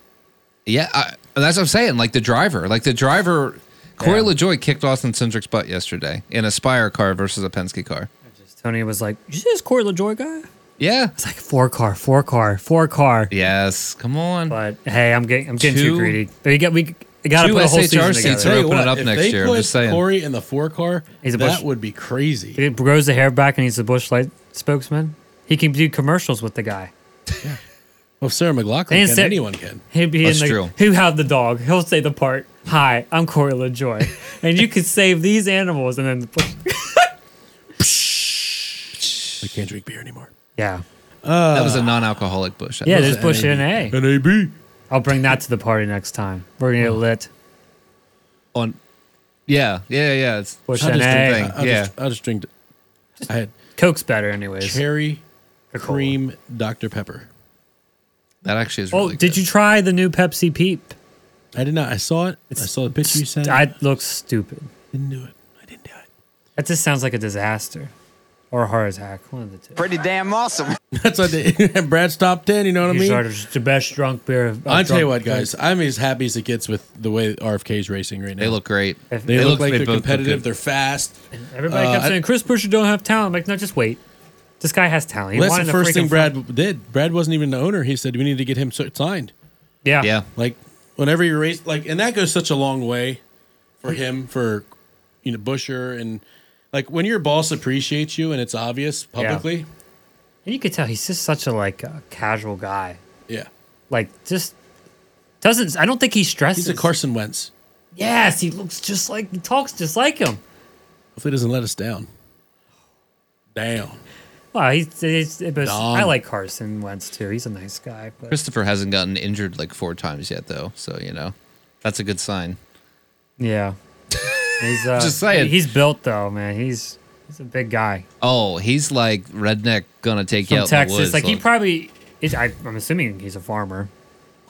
Yeah, I, that's what I'm saying. Like the driver, like the driver, Corey LaJoy kicked Austin Cindric's butt yesterday in a Spire car versus a Penske car.
Tony was like, You see this Corey LaJoy guy?
Yeah.
It's like four car, four car, four car.
Yes. Come on.
But hey, I'm getting I'm getting
Two-
too greedy. We got we got to
two
put a whole season
SHR seats
together.
are- opening up
if
next
they
year, I'm
put
just saying.
Corey in the four car,
He's a
that
bush-
would be crazy.
He grows the hair back and he's a bush light spokesman. He can do commercials with the guy.
Well, if Sarah McLaughlin
And
can,
Sa-
anyone can.
He'd be
That's
in the
true.
who have the dog. He'll say the part. Hi, I'm Corey LaJoy, and you can save these [LAUGHS] animals. And then
I can't drink beer anymore.
Yeah.
that
uh,
was a non-alcoholic bush.
Yeah, just push it in A.
NAB.
I'll bring that to the party next time. We're going to get lit.
on. Yeah, yeah, yeah. It's
Push
I
an
just
A.
drink. I, I
Yeah.
just, I just drink. I had
Coke's better, anyways.
cherry
They're cool.
cream Dr Pepper.
that actually is.
Oh,
Really
did you try the new Pepsi Peep?
I did not. I saw it. I saw the picture you sent. I
That looks stupid.
didn't do it. I didn't do it.
That just sounds like a disaster or a heart attack. One of the two.
Pretty damn awesome.
That's what I did. [LAUGHS] Brad's top ten. You know what I
These
mean?
are just the best drunk beer. Of, of
I tell you
drunk
what, guys, I'm as happy as it gets with the way RFK's racing right now.
They look great.
If-
They,
They
look,
look-
like
they
they're
both look
competitive.
good.
They're fast.
beer. Everybody
uh,
kept
I-
saying Chris Busher don't have talent. I'm like, no, just wait. This guy has talent. He
Well,
won
that's the
in a
first thing
freaking-
Brad did. Brad wasn't even the owner. He said we need to get him so- signed.
Yeah.
Yeah,
Like whenever you race, like, and that goes such a long way for him, for you know Busher, and like when your boss appreciates you and it's obvious publicly.
And you could tell he's just such a like uh, casual guy.
Yeah,
Like just doesn't. I don't think he stresses.
he's a Carson Wentz.
Yes, he looks just like he talks just like him.
Hopefully, he doesn't let us down. Down.
Wow, he's, he's it was,
Dom.
I like Carson Wentz too. He's a nice guy. But
Christopher hasn't gotten injured like four times yet, though. So you know, that's a good sign.
[LAUGHS]
yeah, he's uh,
Just saying.
He's built though, man. He's he's a big guy
Oh, he's like redneck gonna take
from
you out
Texas.
In the woods,
like he probably. Is, I, I'm assuming he's a farmer.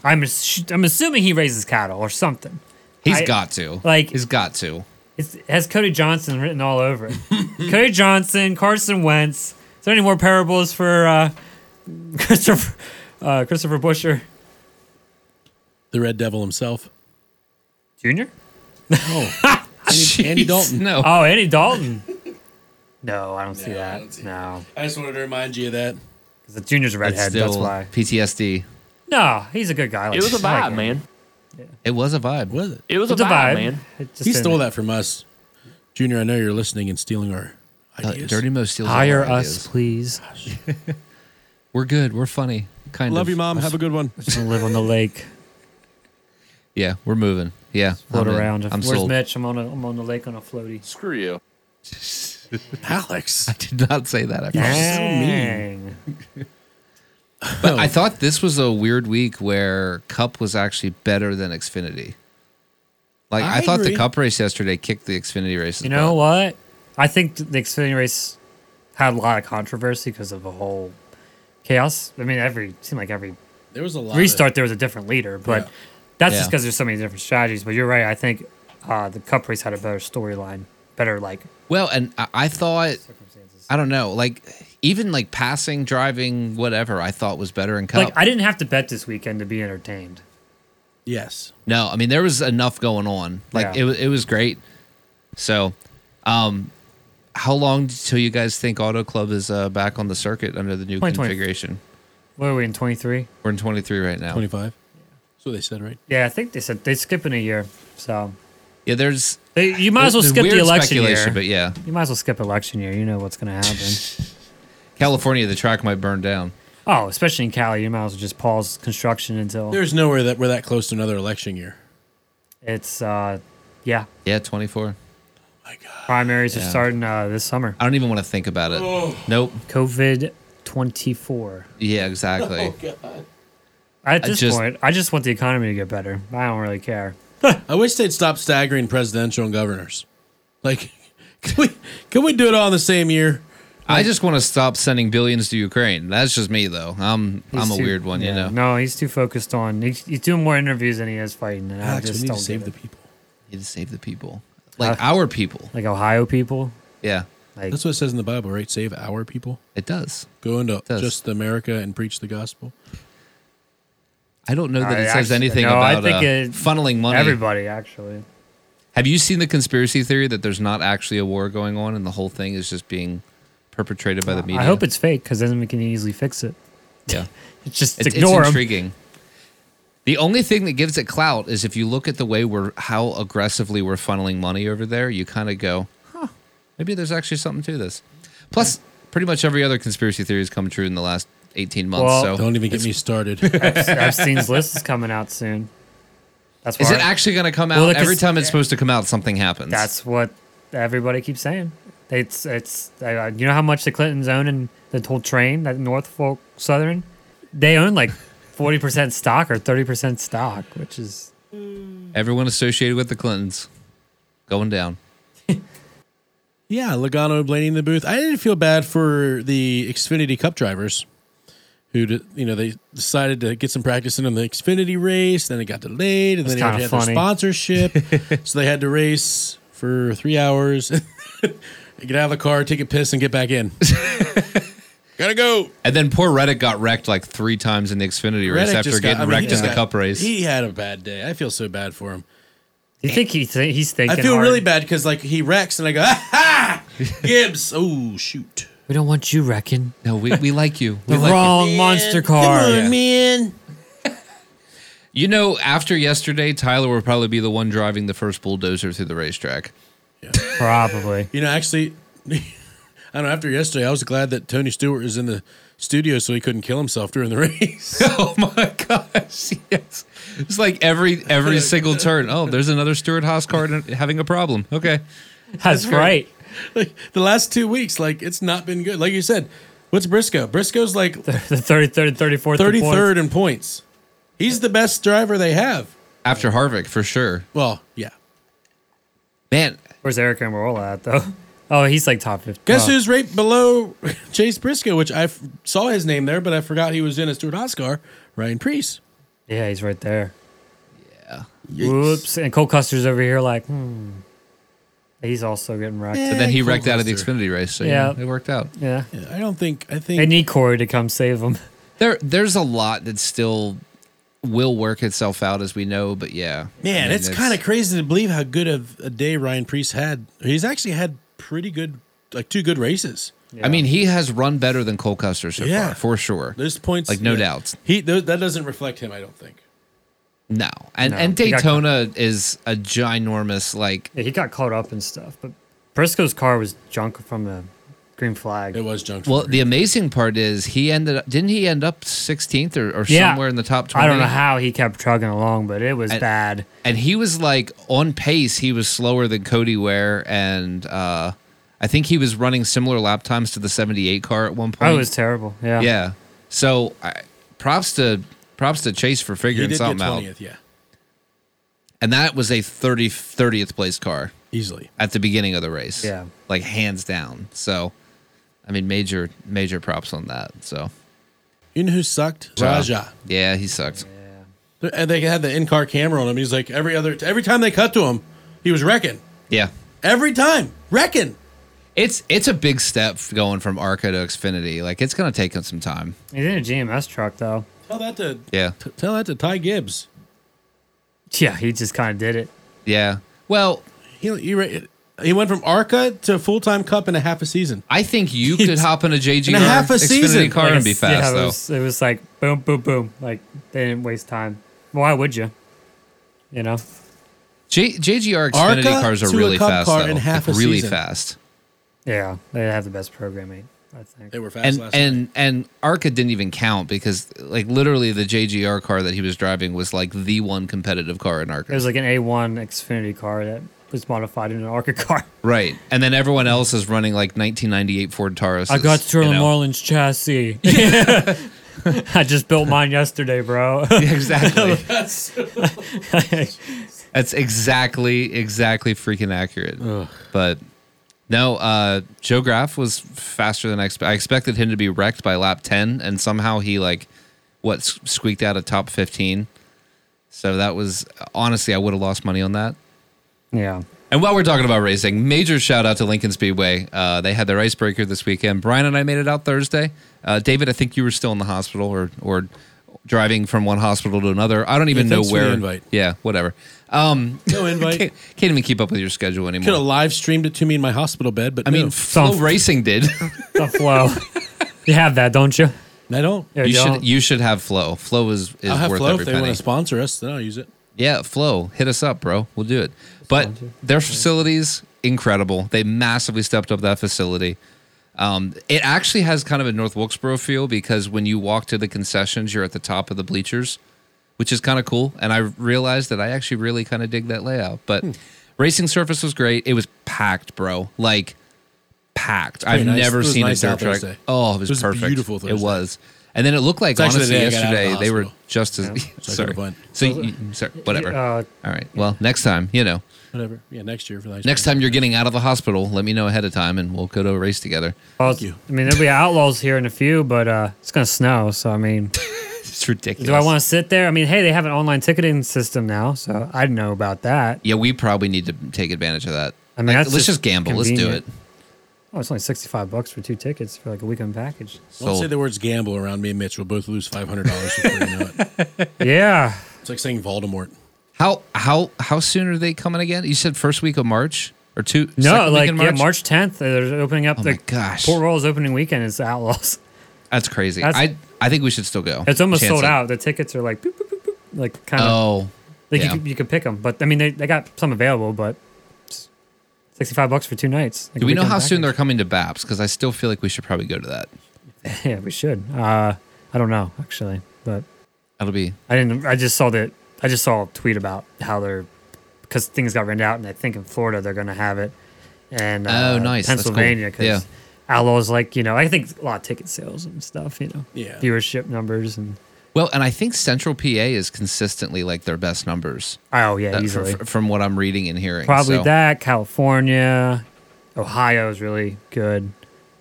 I'm ass- I'm assuming he raises cattle or something.
has
I-
got to.
like-
he's got to.
It's, it has Cody Johnson written all over
[LAUGHS]
it. Cody Johnson, Carson Wentz. Is there any more parables for uh, [LAUGHS] Christopher uh, Christopher Busher
The Red Devil
[LAUGHS]
himself.
Jr.?
Oh, Andy, Andy
[LAUGHS] Jeez,
Dalton.
No,
Oh, Andy Dalton. [LAUGHS] No, I don't see
No, I
that.
don't see
no,
I just wanted to remind you of that.
because the junior's a
it's
redhead.
still
that's why.
PTSD.
No, he's a good guy. Like,
It was a
I like
vibe,
him.
man.
It was a vibe.
Was it?
It was
It was
a vibe, man.
It just
He stole
didn't-
that from us, Junior. I know you're listening and stealing our
Uh,
ideas.
Dirty Mo steals all
Hire
our ideas.
us, please.
We're good. We're funny. Kind
Love
of.
you, mom. Have a good one.
Just gonna live on the lake,
Yeah, we're moving. Yeah,
float
I'm in.
around.
I'm
Where's
sold.
Mitch? I'm on a, I'm on the lake on a
[LAUGHS]
floaty.
Screw you.
[LAUGHS] Alex.
I [LAUGHS] did not say that. I promise.
Dang.
But I thought this was a weird week where Cup was actually better than Xfinity. Like I,
I
thought
agree.
the Cup race yesterday kicked the Xfinity races.
You know
butt.
what? I think th- the Xfinity race had a lot of controversy because of the whole chaos. I mean, every seemed like every
There was a lot. of-
restart there was a different leader, but
Yeah.
that's just
Yeah.
because there's so many different strategies. But you're right. I think uh, the Cup race had a better storyline, better like
Well, and I, I thought
circumstances.
I don't know, like even like passing, driving, whatever, I thought was better in Cup.
Like I didn't have to bet this weekend to be entertained.
yes.
No, I mean there was enough going on. Like
Yeah.
it it, it was great. So, um, how long till you guys think Auto Club is uh, back on the circuit under the new
2020.
configuration?
What are we in 23?
We're in twenty three right now.
25. That's what they said, right?
Yeah, I think they said they're skipping a year. So
Yeah, there's
they, you might as well
there's
skip the
weird
election year.
speculation, but yeah,
you might as well skip election year. You know what's going to
[LAUGHS]
happen.
California, the track might burn down.
oh, especially in Cali, you might as well just pause construction until
There's nowhere that we're that close to another election year.
it's, uh, yeah,
Yeah, 24.
My God.
primaries are
Yeah.
starting uh, this summer.
I don't even want to think about it. Nope.
COVID 24.
Yeah, exactly.
Oh, [LAUGHS]
At this
just-
point, I just want the economy to get better. I don't really care.
I wish they'd stop staggering presidential and governors. Like, [LAUGHS] can we can we do it all in the same year?
I just want to stop sending billions to Ukraine. That's just me though. I'm I'm
He's
a
too-
weird one, you
yeah.
know.
No, he's too focused on. He's, he's doing more interviews than he is fighting. And I
Alex,
just
we need
don't
to save the
get it.
people.
You need to save the people. Like
Uh,
our people.
like Ohio people.
Yeah.
Like
That's what it says in the Bible, right? Save our people.
It does.
Go into
does.
just America and preach the gospel.
I don't know that
I
it says
actually-
anything
no, I
about
think
uh,
it-
funneling money.
everybody actually.
Have you seen the conspiracy theory that there's not actually a war going on and the whole thing is just being perpetrated by the media?
I hope it's fake because then we can easily fix it.
yeah.
It's just
It's,
ignore
it's
him. [LAUGHS]
intriguing. The only thing that gives it clout is if you look at the way we're how aggressively we're funneling money over there, you kind of go, huh, maybe there's actually something to this. Plus, pretty much every other conspiracy theory has come true in the last 18 months.
Well-
so
Don't even get me [LAUGHS] started.
Epstein's list is coming out soon. That's
is
why-
it actually going to come out?
Well, look,
every
it's-
time it's supposed to come out, something happens.
That's what everybody keeps saying. They, it's it's uh, you know how much the Clintons own in the whole train that Norfolk Southern, they own like forty percent stock or thirty percent stock, which is
Everyone associated with the Clintons going down.
Yeah, Logano blaming the booth. I didn't feel bad for the Xfinity Cup drivers who, d- you know, they decided to get some practice in on the Xfinity race. Then it got delayed, and
That's
then they
kinda
had their
funny.
sponsorship,
[LAUGHS]
so they had to race for three hours. [LAUGHS] get out of the car, take a piss, and get back in.
Gotta go.
And then poor Reddick got wrecked like three times in the Xfinity race
Reddick
after
just got-
getting
I mean,
wrecked
he
in the
got-
Cup race.
He had a bad day. I feel so bad for him.
you think he th- he's thinking.
I feel
hard.
really bad because like he wrecks, and I go, ah,
[LAUGHS]
ha! Gibbs. oh shoot.
We don't want you wrecking
no, we, we like you. We
[LAUGHS] the
like you.
wrong monster car.
Come on,
Yeah.
man.
You know, after yesterday, Tyler will probably be the one driving the first bulldozer through the racetrack. [LAUGHS]
Probably.
You know, actually, [LAUGHS] I don't know. After yesterday, I was glad that Tony Stewart is in the studio so he couldn't kill himself during the [LAUGHS] race.
Oh my gosh! Yes, it's like every every single turn. Oh, there's another Stewart Haas car having a problem. Okay,
[LAUGHS] That's right.
like the last two weeks, like it's not been good. Like you said, what's Briscoe? Briscoe's like
The 33rd, 34th,
thirty
points.
third in points. He's the best driver they have.
after Harvick for sure.
Well, yeah.
Man,
Where's Eric Amarola at though? [LAUGHS] Oh, he's like top 50.
Guess
oh.
who's right below [LAUGHS] Chase Briscoe, which I f- saw his name there, but I forgot he was in a Stewart Oscar. Ryan Priest.
Yeah, he's right there. Yeah. Whoops. And Cole Custer's over here, like, hmm. He's also getting wrecked.
but
Yeah.
then he
Cole
wrecked out of the
Custer.
Xfinity race. So
Yeah.
yeah, it worked out.
Yeah.
I don't think. I think.
They need Corey to come save him. [LAUGHS]
There, there's a lot that still will work itself out, as we know. But yeah,
Man,
I mean,
it's, kind of crazy to believe how good of a day Ryan Priest had. He's actually had pretty good, like two good races.
I mean, he has run better than Cole Custer so
Yeah.
far, for sure.
There's points,
Like, no
yeah.
doubts.
He th- that doesn't reflect him, I don't think.
No, and
No,
and
he got
Daytona is a ginormous like
Yeah, he got caught up and stuff. But Briscoe's car was junk from the green flag.
It was junk.
Well,
food.
the amazing part is he ended up, didn't he end up 16th or, or
Yeah.
somewhere in the top 20?
I don't know how he kept trugging along, but it was
And-
bad.
And he was like on pace. He was slower than Cody Ware. And uh, I think he was running similar lap times to the 78 car at one point.
Oh, it was terrible. Yeah.
yeah. So I, props to props to Chase for
he
figuring
did get
something out.
twentieth, yeah,
And that was a 30, 30th place car
easily.
at the beginning of the race.
Yeah.
Like hands down. So, I mean, major, major props on that. So,
You know who sucked? Raja.
yeah, he sucked.
And they had the in-car camera on him. He's like every other every time they cut to him, he was wrecking.
Yeah.
Every time wrecking.
It's it's a big step going from Arca to Xfinity. Like it's gonna take him some time.
He's in a GMS truck, though.
Tell that to
Yeah,
t- tell that to Ty Gibbs.
Yeah, he just kind of did it.
yeah. Well,
He he, ra- he went from Arca to full-time Cup in a half a season.
I think you could hop in a JG
In a
or
half a
Xfinity
season.
car
Like,
and be
it's- yeah,
fast
It
though.
was, it was like boom, boom, boom. Like they didn't waste time. Why would you? You know,
J- JGR Xfinity
Arca
cars are
to a
really
Cup
fast
car
though.
in half
Like,
a
really
season.
fast.
yeah, they have the best programming, I think.
They were fast
And
last night.
and and Arca didn't even count because like literally the JGR car that he was driving was like the one competitive car in
It
Arca.
was like an A1 Xfinity car that was modified into an ARCA [LAUGHS] car.
right. And then everyone else is running like 1998 Ford Taurus.
I got Sterling Marlin's chassis. [LAUGHS] I just built mine yesterday, bro. [LAUGHS]
[LAUGHS] Exactly. That's exactly, exactly freaking accurate. But no, uh, Joe Graff was faster than I expected. I expected him to be wrecked by lap 10, and somehow he, like, what, s- squeaked out a top 15. So that was, honestly, I would have lost money on that.
yeah.
And while we're talking about racing, major shout out to Lincoln Speedway. Uh, they had their icebreaker this weekend. Brian and I made it out Thursday. Uh, David, I think you were still in the hospital or or driving from one hospital to another. I don't even know
thanks for the
where.
invite.
Yeah, whatever. Um,
No invite.
[LAUGHS] can't, can't even keep up with your schedule anymore.
Could have live streamed it to me in my hospital bed, but
I mean,
no.
Flow
Some-
[LAUGHS]
Racing did.
The flow. you have that, don't you?
I don't.
Yeah,
you
don't.
should you should have Flow. Flow is, is
I'll have
worth
Flow
every
if they
penny.
want to sponsor us. Then I'll use it.
Yeah, Flow, hit us up, bro. We'll do it. But their facilities incredible. They massively stepped up that facility. Um, it actually has kind of a North Wilkesboro feel because when you walk to the concessions, you're at the top of the bleachers, which is kind of cool. And I realized that I actually really
Hmm.
kind of dig that layout. But racing surface was great. It was packed, bro. Like packed. I've
nice. It
never
was
seen
nice
a
out
dirt track.
Thursday.
Oh, it was,
It was a
perfect.
beautiful Thursday.
It was. And then it looked like
It's actually
honestly
the day I got out of the
yesterday they were
hospital.
just [LAUGHS] as sorry.
complain.
So you, sorry, whatever.
Uh,
All right. Well, next time, you know,
Whatever. Yeah, next year for the ice
next
cream.
time you're getting out of the hospital, let me know ahead of time, and we'll go to a race together.
well,
you.
I mean, there'll be outlaws here in a few, but uh, it's gonna snow. So I mean,
[LAUGHS] It's ridiculous.
do I want to sit there? I mean, hey, they have an online ticketing system now, so I know about that.
Yeah, we probably need to take advantage of that.
I mean,
Like,
that's
let's
just
just gamble. Let's
convenient.
do it.
Oh, it's only sixty-five bucks for two tickets for like a
[LAUGHS]
weekend package.
Don't say
Sold.
the words gamble around me and Mitch. We'll both lose five hundred dollars before you know
[LAUGHS]
it.
yeah,
It's like saying Voldemort.
How how how soon are they coming again? You said first week of March or two? second
no,
week
like
in
yeah, March tenth, they're opening up.
Oh
the
my gosh.
Port Royal's opening weekend is the outlaws. [LAUGHS]
That's crazy.
That's-
I I think we should still go.
It's almost
Chance
sold
it.
out. The tickets are like, boop, boop, boop, boop, like kind of.
Oh,
Like
Yeah.
you, could, you could pick them, but I mean, they, they got some available, but it's 65 bucks for two nights. Like
do
a
we know
weekend
how soon they're
package.
coming to BAPS? Because I still feel like we should probably go to that.
[LAUGHS] Yeah, we should. Uh, I don't know actually, but
That'll be
I didn't. I just saw that. I just saw a tweet about how they're because things got rained out, and I think in Florida they're going to have it, and uh,
Oh, nice. That's cool.
Pennsylvania because
Yeah.
Outlaws like you know I think a lot of ticket sales and stuff, you know,
Yeah.
viewership numbers and
well, and I think Central PA is consistently like their best numbers
oh yeah,
uh, fr-
easily
fr- from what I'm reading and hearing.
probably
So,
that California, Ohio is really good,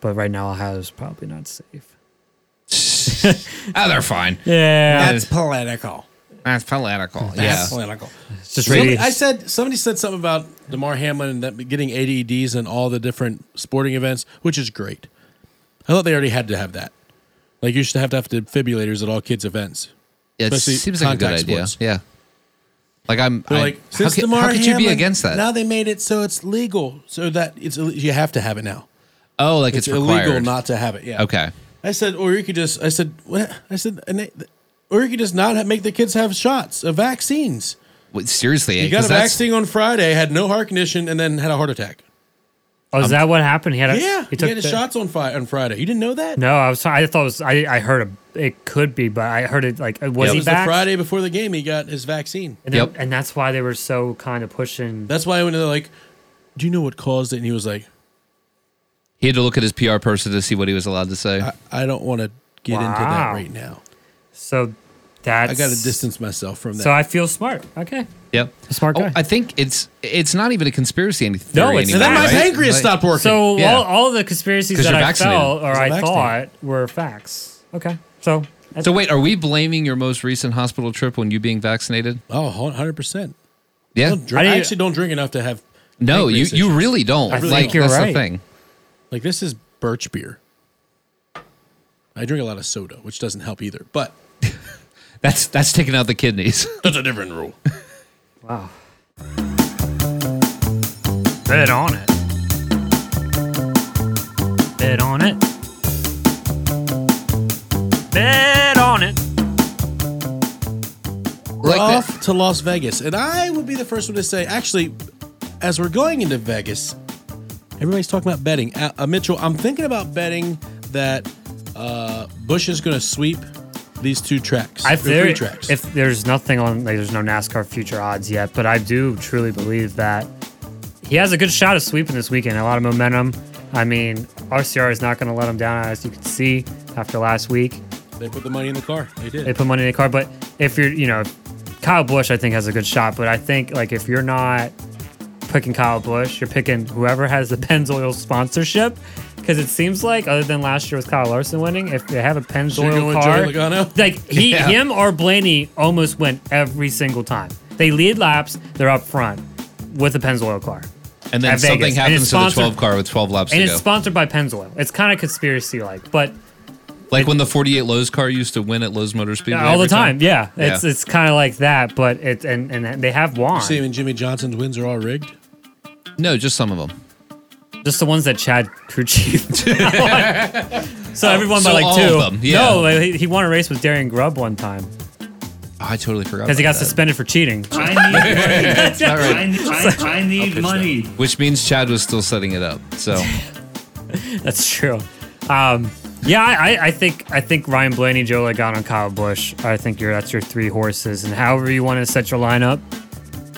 but right now Ohio is probably not safe.
Oh, they're fine.
Yeah,
That's
political.
That's political.
That's
yeah.
political.
it's just
Somebody-
really.
I said somebody said something about Damar Hamlin and that getting ADEDs and all the different sporting events, which is great. I thought they already had to have that. Like you should have to have defibrillators at all kids' events.
It
Especially
seems like a good
contact
idea.
sports.
Yeah. Like I'm
They're
I-
like,
how,
since
could,
Damar
how could you be
Hamlin-
against that?
Now they made it so it's legal, so that it's you have to have it now.
oh, like it's, required.
illegal not to have it. Yeah.
okay.
I said, or you could just. I said, what? I said, and they, or you could just not have, make the kids have shots of vaccines.
Wait, seriously, eh?
You got
'cause
a
that's-
vaccine on Friday, had no heart condition, and then had a heart attack.
oh, is that what happened? He had a,
Yeah, he,
took
had his
the-
shots on, fi- on Friday. You didn't know that?
No, I was. I thought it was. I I heard a, it could be, but I heard it like was
it
he
was
back?
the Friday before the game. He got his vaccine.
And, then-
Yep.
and that's why they were so kind of pushing.
That's why when they're like, "Do you know what caused it?" and he was like,
He had to look at his PR person to see what he was allowed to say.
"I, I don't want to get into that
Wow.
right now.
So that's
I got to distance myself from that."
So I feel smart. Okay,
yep.
smart
Oh,
guy.
I think it's it's not even a conspiracy any theory
No, it's
anymore,
and then my
right?
pancreas
Like-
stopped working.
so
Yeah.
all, all the conspiracies
'Cause
that
you're
I
vaccinated.
felt or
I'm
I
vaccinated.
thought were facts. Okay, so that's,
So wait, are we blaming your most recent hospital trip on you being vaccinated?
oh, 100 percent.
Yeah.
Don't drink-
I
I,
didn't-
actually don't drink enough to have.
No, you,
pancreas
you
issues.
really don't.
really
like
don't.
You're
that's the
right.
thing.
Like this is birch beer. I drink a lot of soda, which doesn't help either. But
That's that's taking out the kidneys.
that's a different rule.
wow. Bet on it. Bet on it. Bet on it.
We're
Like
off
that-
to Las Vegas, and I would be the first one to say, actually, as we're going into Vegas, everybody's talking about betting. Uh, uh, Mitchell, I'm thinking about betting that uh, Bush is going to sweep these two tracks,
If,
or
there,
three tracks.
if there's nothing on, like, there's no NASCAR future odds yet, but I do truly believe that he has a good shot of sweeping this weekend. A lot of momentum. I mean, RCR is not going to let him down, as you can see after last week.
they put the money in the car, they did.
They put money in the car, but if you're, you know, Kyle Busch, I think has a good shot, but I think like if you're not picking Kyle Busch, you're picking whoever has the [LAUGHS] Pennzoil sponsorship. Because it seems like, other than last year with Kyle Larson winning, if they have a
Should we go
Pennzoil
with
car,
Joey Logano?
[LAUGHS] like
[LAUGHS]
he,
Yeah.
him or Blaney almost win every single time. They lead laps. They're up front with a Pennzoil car,
and then
at Vegas.
something
And
happens
it's
to the
sponsored-
12 car with 12 laps
and
to
it's
go.
sponsored by Pennzoil. It's kind of conspiracy like, but
like when the 48 Lowe's car used to win at Lowe's Motor Speedway
all the
every
time, yeah, it's
Yeah.
it's kind of like that. But it and and they have won.
See, and Jimmy Johnson's wins are all rigged.
No, just some of them.
Just the ones that Chad crew [LAUGHS] chief. so everyone
Oh, so
by like
all
two.
of them, yeah.
No, he, he won a race with Darian Grubb one time
Oh, I totally forgot.
because he got
about that.
suspended for cheating.
I need money.
[LAUGHS]
I, need- I, I need money.
which means Chad was still setting it up.
[LAUGHS]
So
That's true. Um, yeah, I, I- I think I think Ryan Blaney, Joe Logano, and Kyle Busch. I think your that's your three horses, and however you want to set your lineup,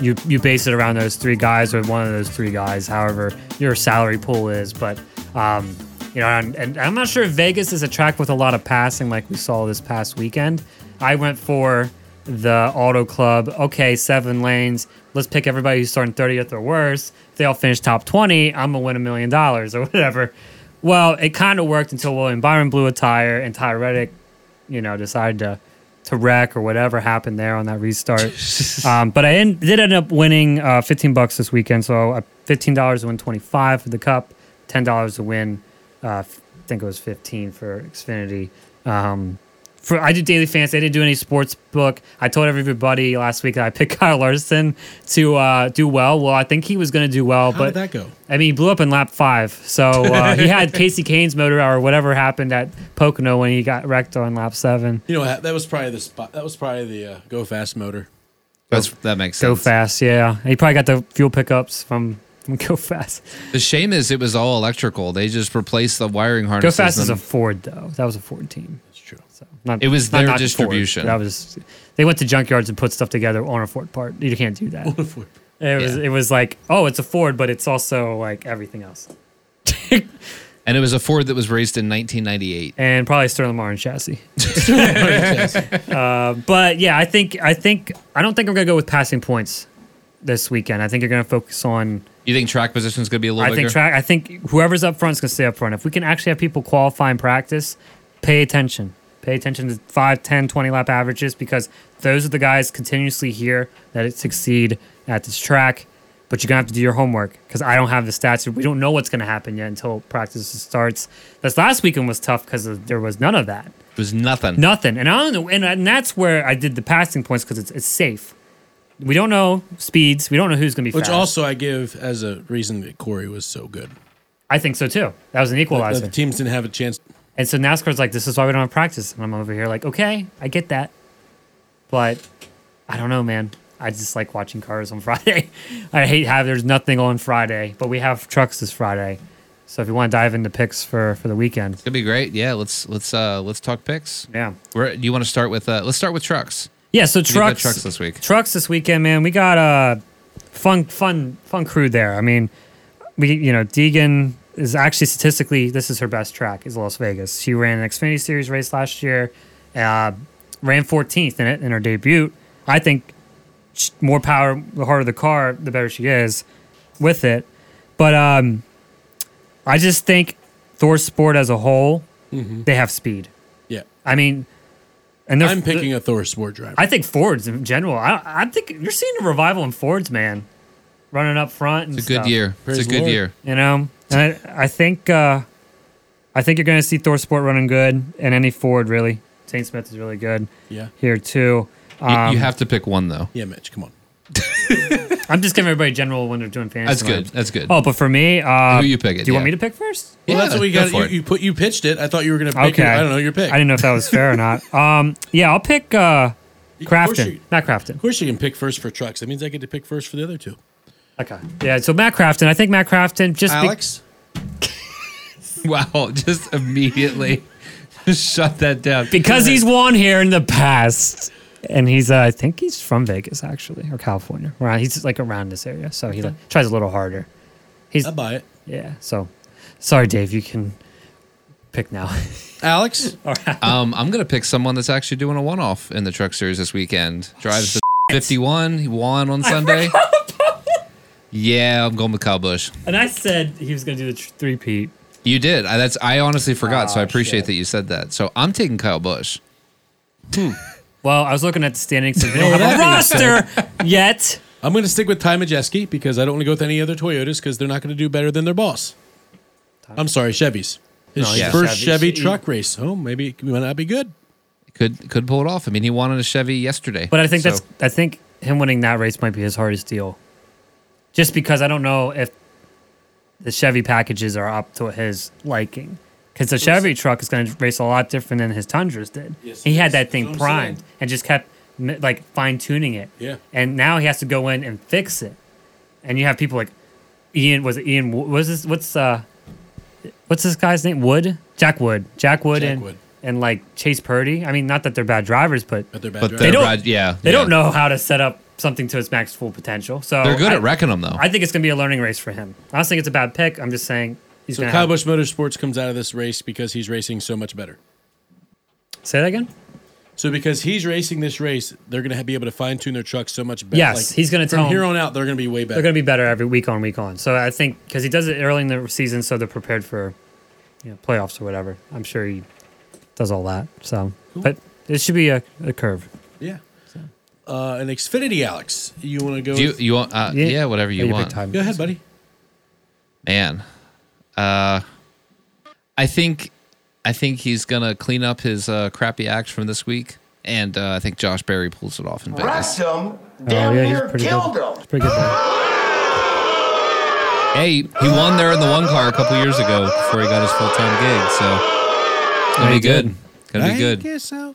you you base it around those three guys or one of those three guys. However, your salary pool is, but Um, you know, and, and I'm not sure if Vegas is a track with a lot of passing like we saw this past weekend. I went for the Auto Club. Okay, seven lanes. Let's pick everybody who's starting 30th or worse. If they all finish top 20, I'm gonna win a million dollars or whatever. Well, it kind of worked until William Byron blew a tire and Ty Reddick, you know, decided to to wreck or whatever happened there on
[LAUGHS]
that restart. um, but I en- did end up winning uh, 15 bucks this weekend. So uh, $15 to win 25 for the cup, $10 to win, uh, f- I think it was 15 for Xfinity. Um, for I did daily fantasy. I didn't do any sports book. I told everybody last week that I picked [LAUGHS] Kyle Larson to uh, do well. Well, I think he was going to do well,
How
but
did that go?
I mean, he blew up in lap five. So uh, he
[LAUGHS]
had Casey Kane's motor or whatever happened at Pocono when he got wrecked on lap seven.
You know what? That was probably the spot. That was probably the uh, go fast motor.
That's, that makes
Go
sense.
fast, yeah. He probably got the fuel pickups from, from [LAUGHS] Go Fast.
The shame is it was all electrical. They just replaced the wiring
Go
harness.
Fast is a Ford though. That was a Ford team. That's true. So not,
It was
not-
their
not Ford,
distribution.
but that was they went to junkyards and put stuff together on a Ford part. You can't do that. It was
Yeah.
it was like oh, it's a Ford, but it's also like everything else,
and it was a Ford that was raised in 1998.
and probably Sterling Martin chassis. uh, but yeah, I think I think I don't think I'm gonna go with passing points this weekend. I think you're gonna focus on
You think track position is going to be a little
I
bigger?
think track. I think whoever's up front is going to stay up front. If we can actually have people qualify and practice, pay attention. Pay attention to 5, 10, 20 lap averages because those are the guys continuously here that it succeed at this track. But you're going to have to do your homework because I don't have the stats. We don't know what's going to happen yet until practice starts. This last weekend was tough because there was none of that.
it was nothing.
Nothing. And I don't know. And, and that's where I did the passing points because it's, it's safe. We don't know speeds. We don't know who's going to be
Which
fast.
also I give as a reason that Corey was so good.
I think so too. That was an equalizer.
That the teams didn't have a chance.
And so NASCAR's like, this is why we don't have practice. And I'm over here like, okay, I get that. But I don't know, man. I just like watching cars on [LAUGHS] Friday. I hate have there's nothing on Friday, but we have trucks this Friday. So if you want to dive into picks for for the weekend,
It's going to be great. Yeah, let's let's uh let's talk picks.
yeah.
Where do you want to start with uh let's start with trucks.
Yeah, so
You got
trucks
trucks this week.
Trucks this weekend, man. We got a fun, fun, fun crew there. I mean, we you know Deegan is actually statistically this is her best track is Las Vegas. She ran an Xfinity Series race last year, uh, ran 14th in it in her debut. I think sh- more power, the harder the car, the better she is with it. But um, I just think Thor Sport as a whole,
Mm-hmm.
they have speed.
Yeah,
I mean, and they're
I'm picking a Thor Sport driver.
I think Fords in general. I, I think you're seeing a revival in Fords, man. Running up front and
It's a good
stuff,
year.
Praise
it's a good
Lord.
year.
You know, and I, I think uh, I think you're going to see Thor Sport running good, and any Ford really. Saint Smith is really good
yeah,
here too.
You,
Um,
you have to pick one though.
yeah, Mitch, come on.
I'm just giving everybody general when they're doing fantasy.
That's good.
lineups.
That's good.
Oh, but for me, uh,
Who you picking?
Do you want me
Yeah.
to pick first?
Well, that's what we
go
got.
for
You,
it.
you put you pitched it. I thought you were going to pick.
Okay.
It. I don't know your pick.
I didn't know if that was fair
[LAUGHS]
or not. Um, yeah, I'll pick uh,
You- of course
Crafton,
you-
not Crafton.
Of course, you can pick first for trucks. That means I get to pick first for the other two.
Okay. Yeah, so Matt Crafton. I think Matt Crafton just be-
Alex,
[LAUGHS] Wow, just immediately [LAUGHS] shut that down.
because he's won here in the past. And he's, uh, I think he's from Vegas actually, or California. Around, he's like around this area, so he like, tries a little harder. He's
I buy it.
yeah. So, sorry, Dave, you can pick now. [LAUGHS]
Alex,
Um, I'm gonna pick someone that's actually doing a one-off in the truck series this weekend. Drives
[LAUGHS]
the 51. He won on Sunday. Yeah, I'm going with Kyle Busch.
and I said he was gonna do the tr- three Pete.
You did. I, that's I honestly forgot,
Oh,
so I appreciate that you said that. So I'm taking Kyle Busch.
Well, I was looking at the standings. and They [LAUGHS]
Well,
don't have a
that
roster yet.
I'm going to stick with Ty Majeski because I don't want to go with any other Toyotas because they're not going to do better than their boss. I'm sorry, Chevys. His
No, yeah.
first
Chevys.
Chevy truck race. Oh, maybe it might not be good.
Could could pull it off. I mean, he won on a Chevy yesterday.
But I think
So-
that's I think him winning that race might be his hardest deal, just because I don't know if the Chevy packages are up to his liking. Because the Chevy truck is going to race a lot different than his Tundras did.
Yes,
he
it
had
is.
that thing
That's what I'm
primed and just kept m- like fine tuning it.
Yeah.
And now he has to go in and fix it. And you have people like Ian was it Ian Wo- was this what's uh what's this guy's name Wood Jack Wood Jack Wood
Jack
and
Wood.
and like Chase Purdy. I mean, not that they're bad drivers, but
But they're bad.
But
drivers.
they're
don't-
rad- yeah.
they
yeah.
don't know how to set up something to its max full potential. So
They're good
I,
at wrecking them though.
I think it's going to be a learning race for him. I don't think it's a bad pick. I'm just saying He's
So
gonna
Kyle
have-
Busch Motorsports comes out of this race because he's racing so much better.
Say that again.
So because he's racing this race, they're going to be able to fine tune their trucks so much better.
Yes, he's gonna
from
tell
here
him-
on out. They're going to be way better.
They're going to be better every week on week on. So I think because he does it early in the season, so they're prepared for you know, playoffs or whatever. I'm sure he does all that. So, but it should be a, a curve.
yeah. Uh, and Xfinity, Alex, you want to go?
Do you,
with-
you want? Uh, yeah.
Yeah.
whatever
Yeah,
you
you pick
want.
time.
go ahead, buddy.
Man, uh, I think I think he's gonna clean up his uh, crappy acts from this week, and uh, I think Josh Berry pulls it off in
Wrecked
Vegas.
him. Damn
Oh, yeah, he's
near
pretty
killed
good.
him.
Pretty good. though.
Hey, he won there in the one car a couple years ago before he got his full time gig, so it's gonna
Yeah,
be
he
good.
did.
Gonna be
I
good.
guess so.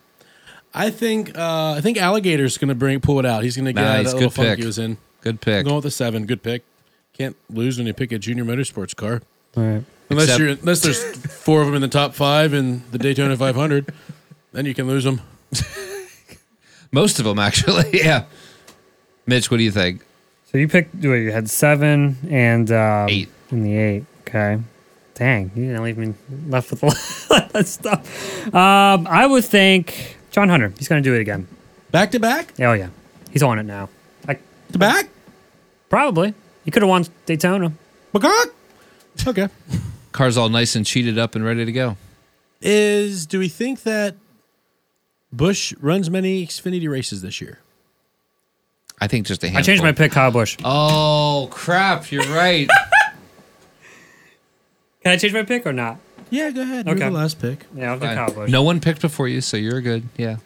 I think uh, I think Alligator's going to bring pull it out. He's going to get out of
Nice,
that little
good
funk
pick.
he was in.
Good pick.
Going with a seven, good pick. Can't lose when you pick a junior motorsports car.
All right.
Unless
Except-
you're unless there's four of them in the top five in the Daytona 500, then you can lose them.
Most of them actually. [LAUGHS] yeah. Mitch, what do you think?
So you picked, what, you had seven and um,
Eight.
And the eight. Okay. Dang, you didn't leave me left with a [LAUGHS] lot of stuff. Um, I would think John Hunter. He's going to do it again.
Back to back
Oh, yeah. He's on it now. Like,
to back.
probably. He could have won Daytona.
Bacock. Okay.
Car's all nice and cheated up and ready to go.
Is do we think that Bush runs many Xfinity races this year?
I think just a handful.
I changed my pick, Kyle Bush.
Oh crap! You're right.
Can I change my pick or not?
Yeah, go ahead. You're
Okay.
the last pick.
Yeah, I'll do
Fine.
Kyle Busch.
No one picked before you, so you're good. Yeah.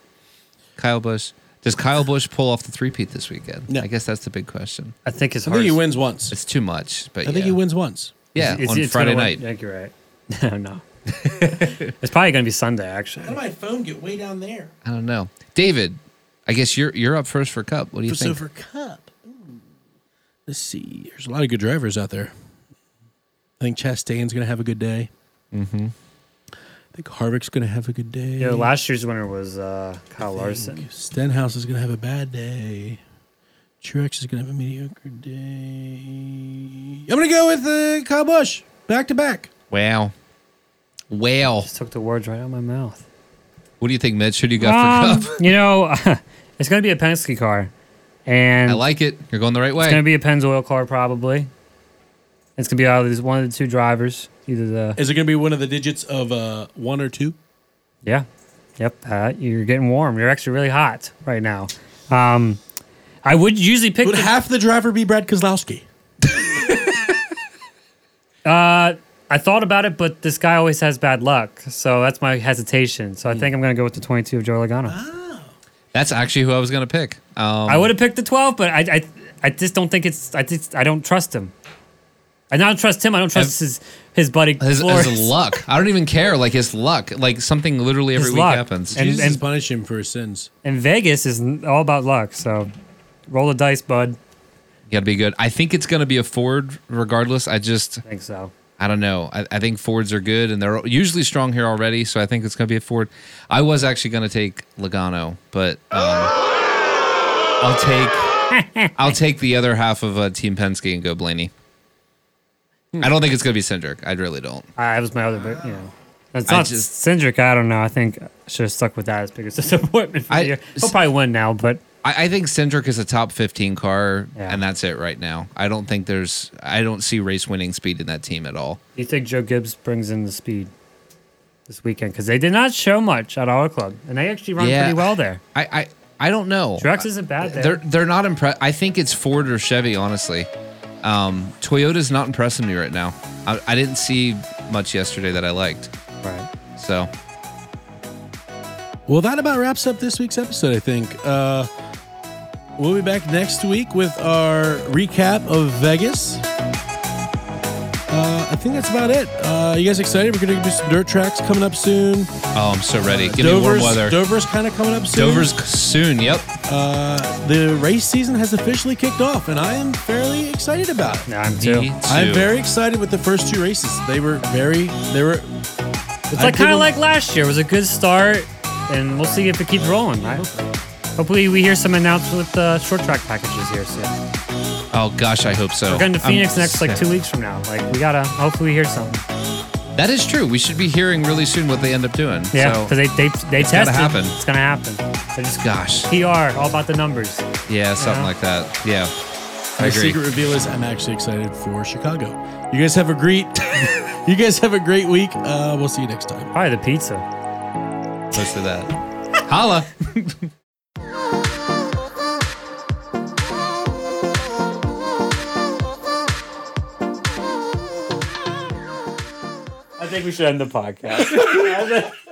Kyle Bush. Does Kyle Bush pull off the three-peat this weekend?
No.
I guess that's the big question.
I think his
I
heart.
think he wins once.
It's too much, but
I think
yeah.
he wins once.
Yeah, on Friday night.
I think you're
[LAUGHS]
right. [LAUGHS] I don't know. it's probably going to be Sunday, actually.
my phone get way down there?
I don't know. David, I guess you're you're up first for Cup. What do you
so
think?
for Cup, ooh, let's see. There's a lot of good drivers out there. I think Chastain's going to have a good day. Mm-hmm. I think Harvick's going to have a good day.
You know, last year's winner was uh, Kyle Larson.
Stenhouse is going to have a bad day. Truex is going to have a mediocre day. I'm going to go with uh, Kyle Busch back to back.
wow. Wow.
Just took the words right out of my mouth.
What do you think, Mitch? Who do you got
Um,
for Cup?
you know, [LAUGHS] it's going to be a Penske car. And
I like it. You're going the right
it's going to
way.
be a Pennzoil car, probably. It's going to be either these- one of the two drivers. Either the.
Is it going to be one of the digits of uh, one or two?
Yeah. Yep. Pat, you're getting warm. You're actually really hot right now. Um, I would usually pick.
Would
the-
half the driver be Brad Kozlowski?
I thought about it, but this guy always has bad luck, so that's my hesitation. So I
Hmm.
think I'm going to go with the 22 of Joe Logano.
Oh. That's actually who I was going to pick. Um,
I would have picked the 12, but I, I, I just don't think it's. I just I don't trust him. I don't trust him. I don't trust his his buddy
his,
Flores.
his luck. I don't even care. Like his luck. Like something literally every
His
week
luck.
happens.
And-
Jesus
and-
punish him for his sins.
And Vegas is n- all about luck. So roll the dice, bud.
You got to be good. I think it's going to be a Ford regardless. I just,
I think so.
I don't know. I, I think Fords are good and they're usually strong here already. So I think it's going to be a Ford. I was actually going to take Logano, but um, I'll take
[LAUGHS]
I'll take the other half of uh, Team Penske and go Blaney.
Hmm.
I don't think it's going to be Cindric. I really don't.
I, that was my other, but you know. It's
I
not
just-
Cindric. I don't know. I think I should have stuck with that as [LAUGHS] big as disappointment for
I-
the year. He'll probably win now, but
I, I think Cindric is a top 15 car,
Yeah.
and that's it right now. I don't think there's, I don't see race winning speed in that team at all.
Do you think Joe Gibbs brings in the speed this weekend? Because they did not show much at Auto Club, and they actually run
Yeah.
pretty well there.
I, I, I don't know.
Truex isn't bad there.
They're they're not impressed. I think it's Ford or Chevy, honestly. Um, Toyota's not impressing me right now. I, I didn't see much yesterday that I liked.
Right.
So
Well, that about wraps up this week's episode, I think. Uh, we'll be back next week with our recap of Vegas. Uh, I think that's about it. Uh, you guys excited? We're going to do some dirt tracks coming up soon.
oh, I'm so ready. Give me warm
Dover's,
weather.
Dover's kind of coming up soon.
Dover's c- soon. Yep.
Uh, the race season has officially kicked off, and I am fairly excited about it.
Yeah, I'm too.
I'm
Soon.
very excited with the first two races. They were very, they were
It's
I give
like kind of
him-
like last year. It was a good start, and we'll see if it keeps rolling. I, hopefully, we hear some announcements with the short track packages here soon.
Oh gosh, I hope so.
We're going to
I'm
Phoenix next like
sick.
two weeks from now. Like we gotta. Hopefully, we hear something.
That is true. We should be hearing really soon what they end up doing.
Yeah,
So,
because they they they
it's
test
gotta
it.
happen.
It's gonna happen. So just
gosh.
PR, all about the numbers.
Yeah, something
Yeah.
like that. Yeah. I
My
agree.
secret reveal is I'm actually excited for Chicago. You guys have a great, [LAUGHS] you guys have a great week. Uh, we'll see you next time.
Probably the pizza.
Close to that. Holla.
[LAUGHS] I think we should end the podcast.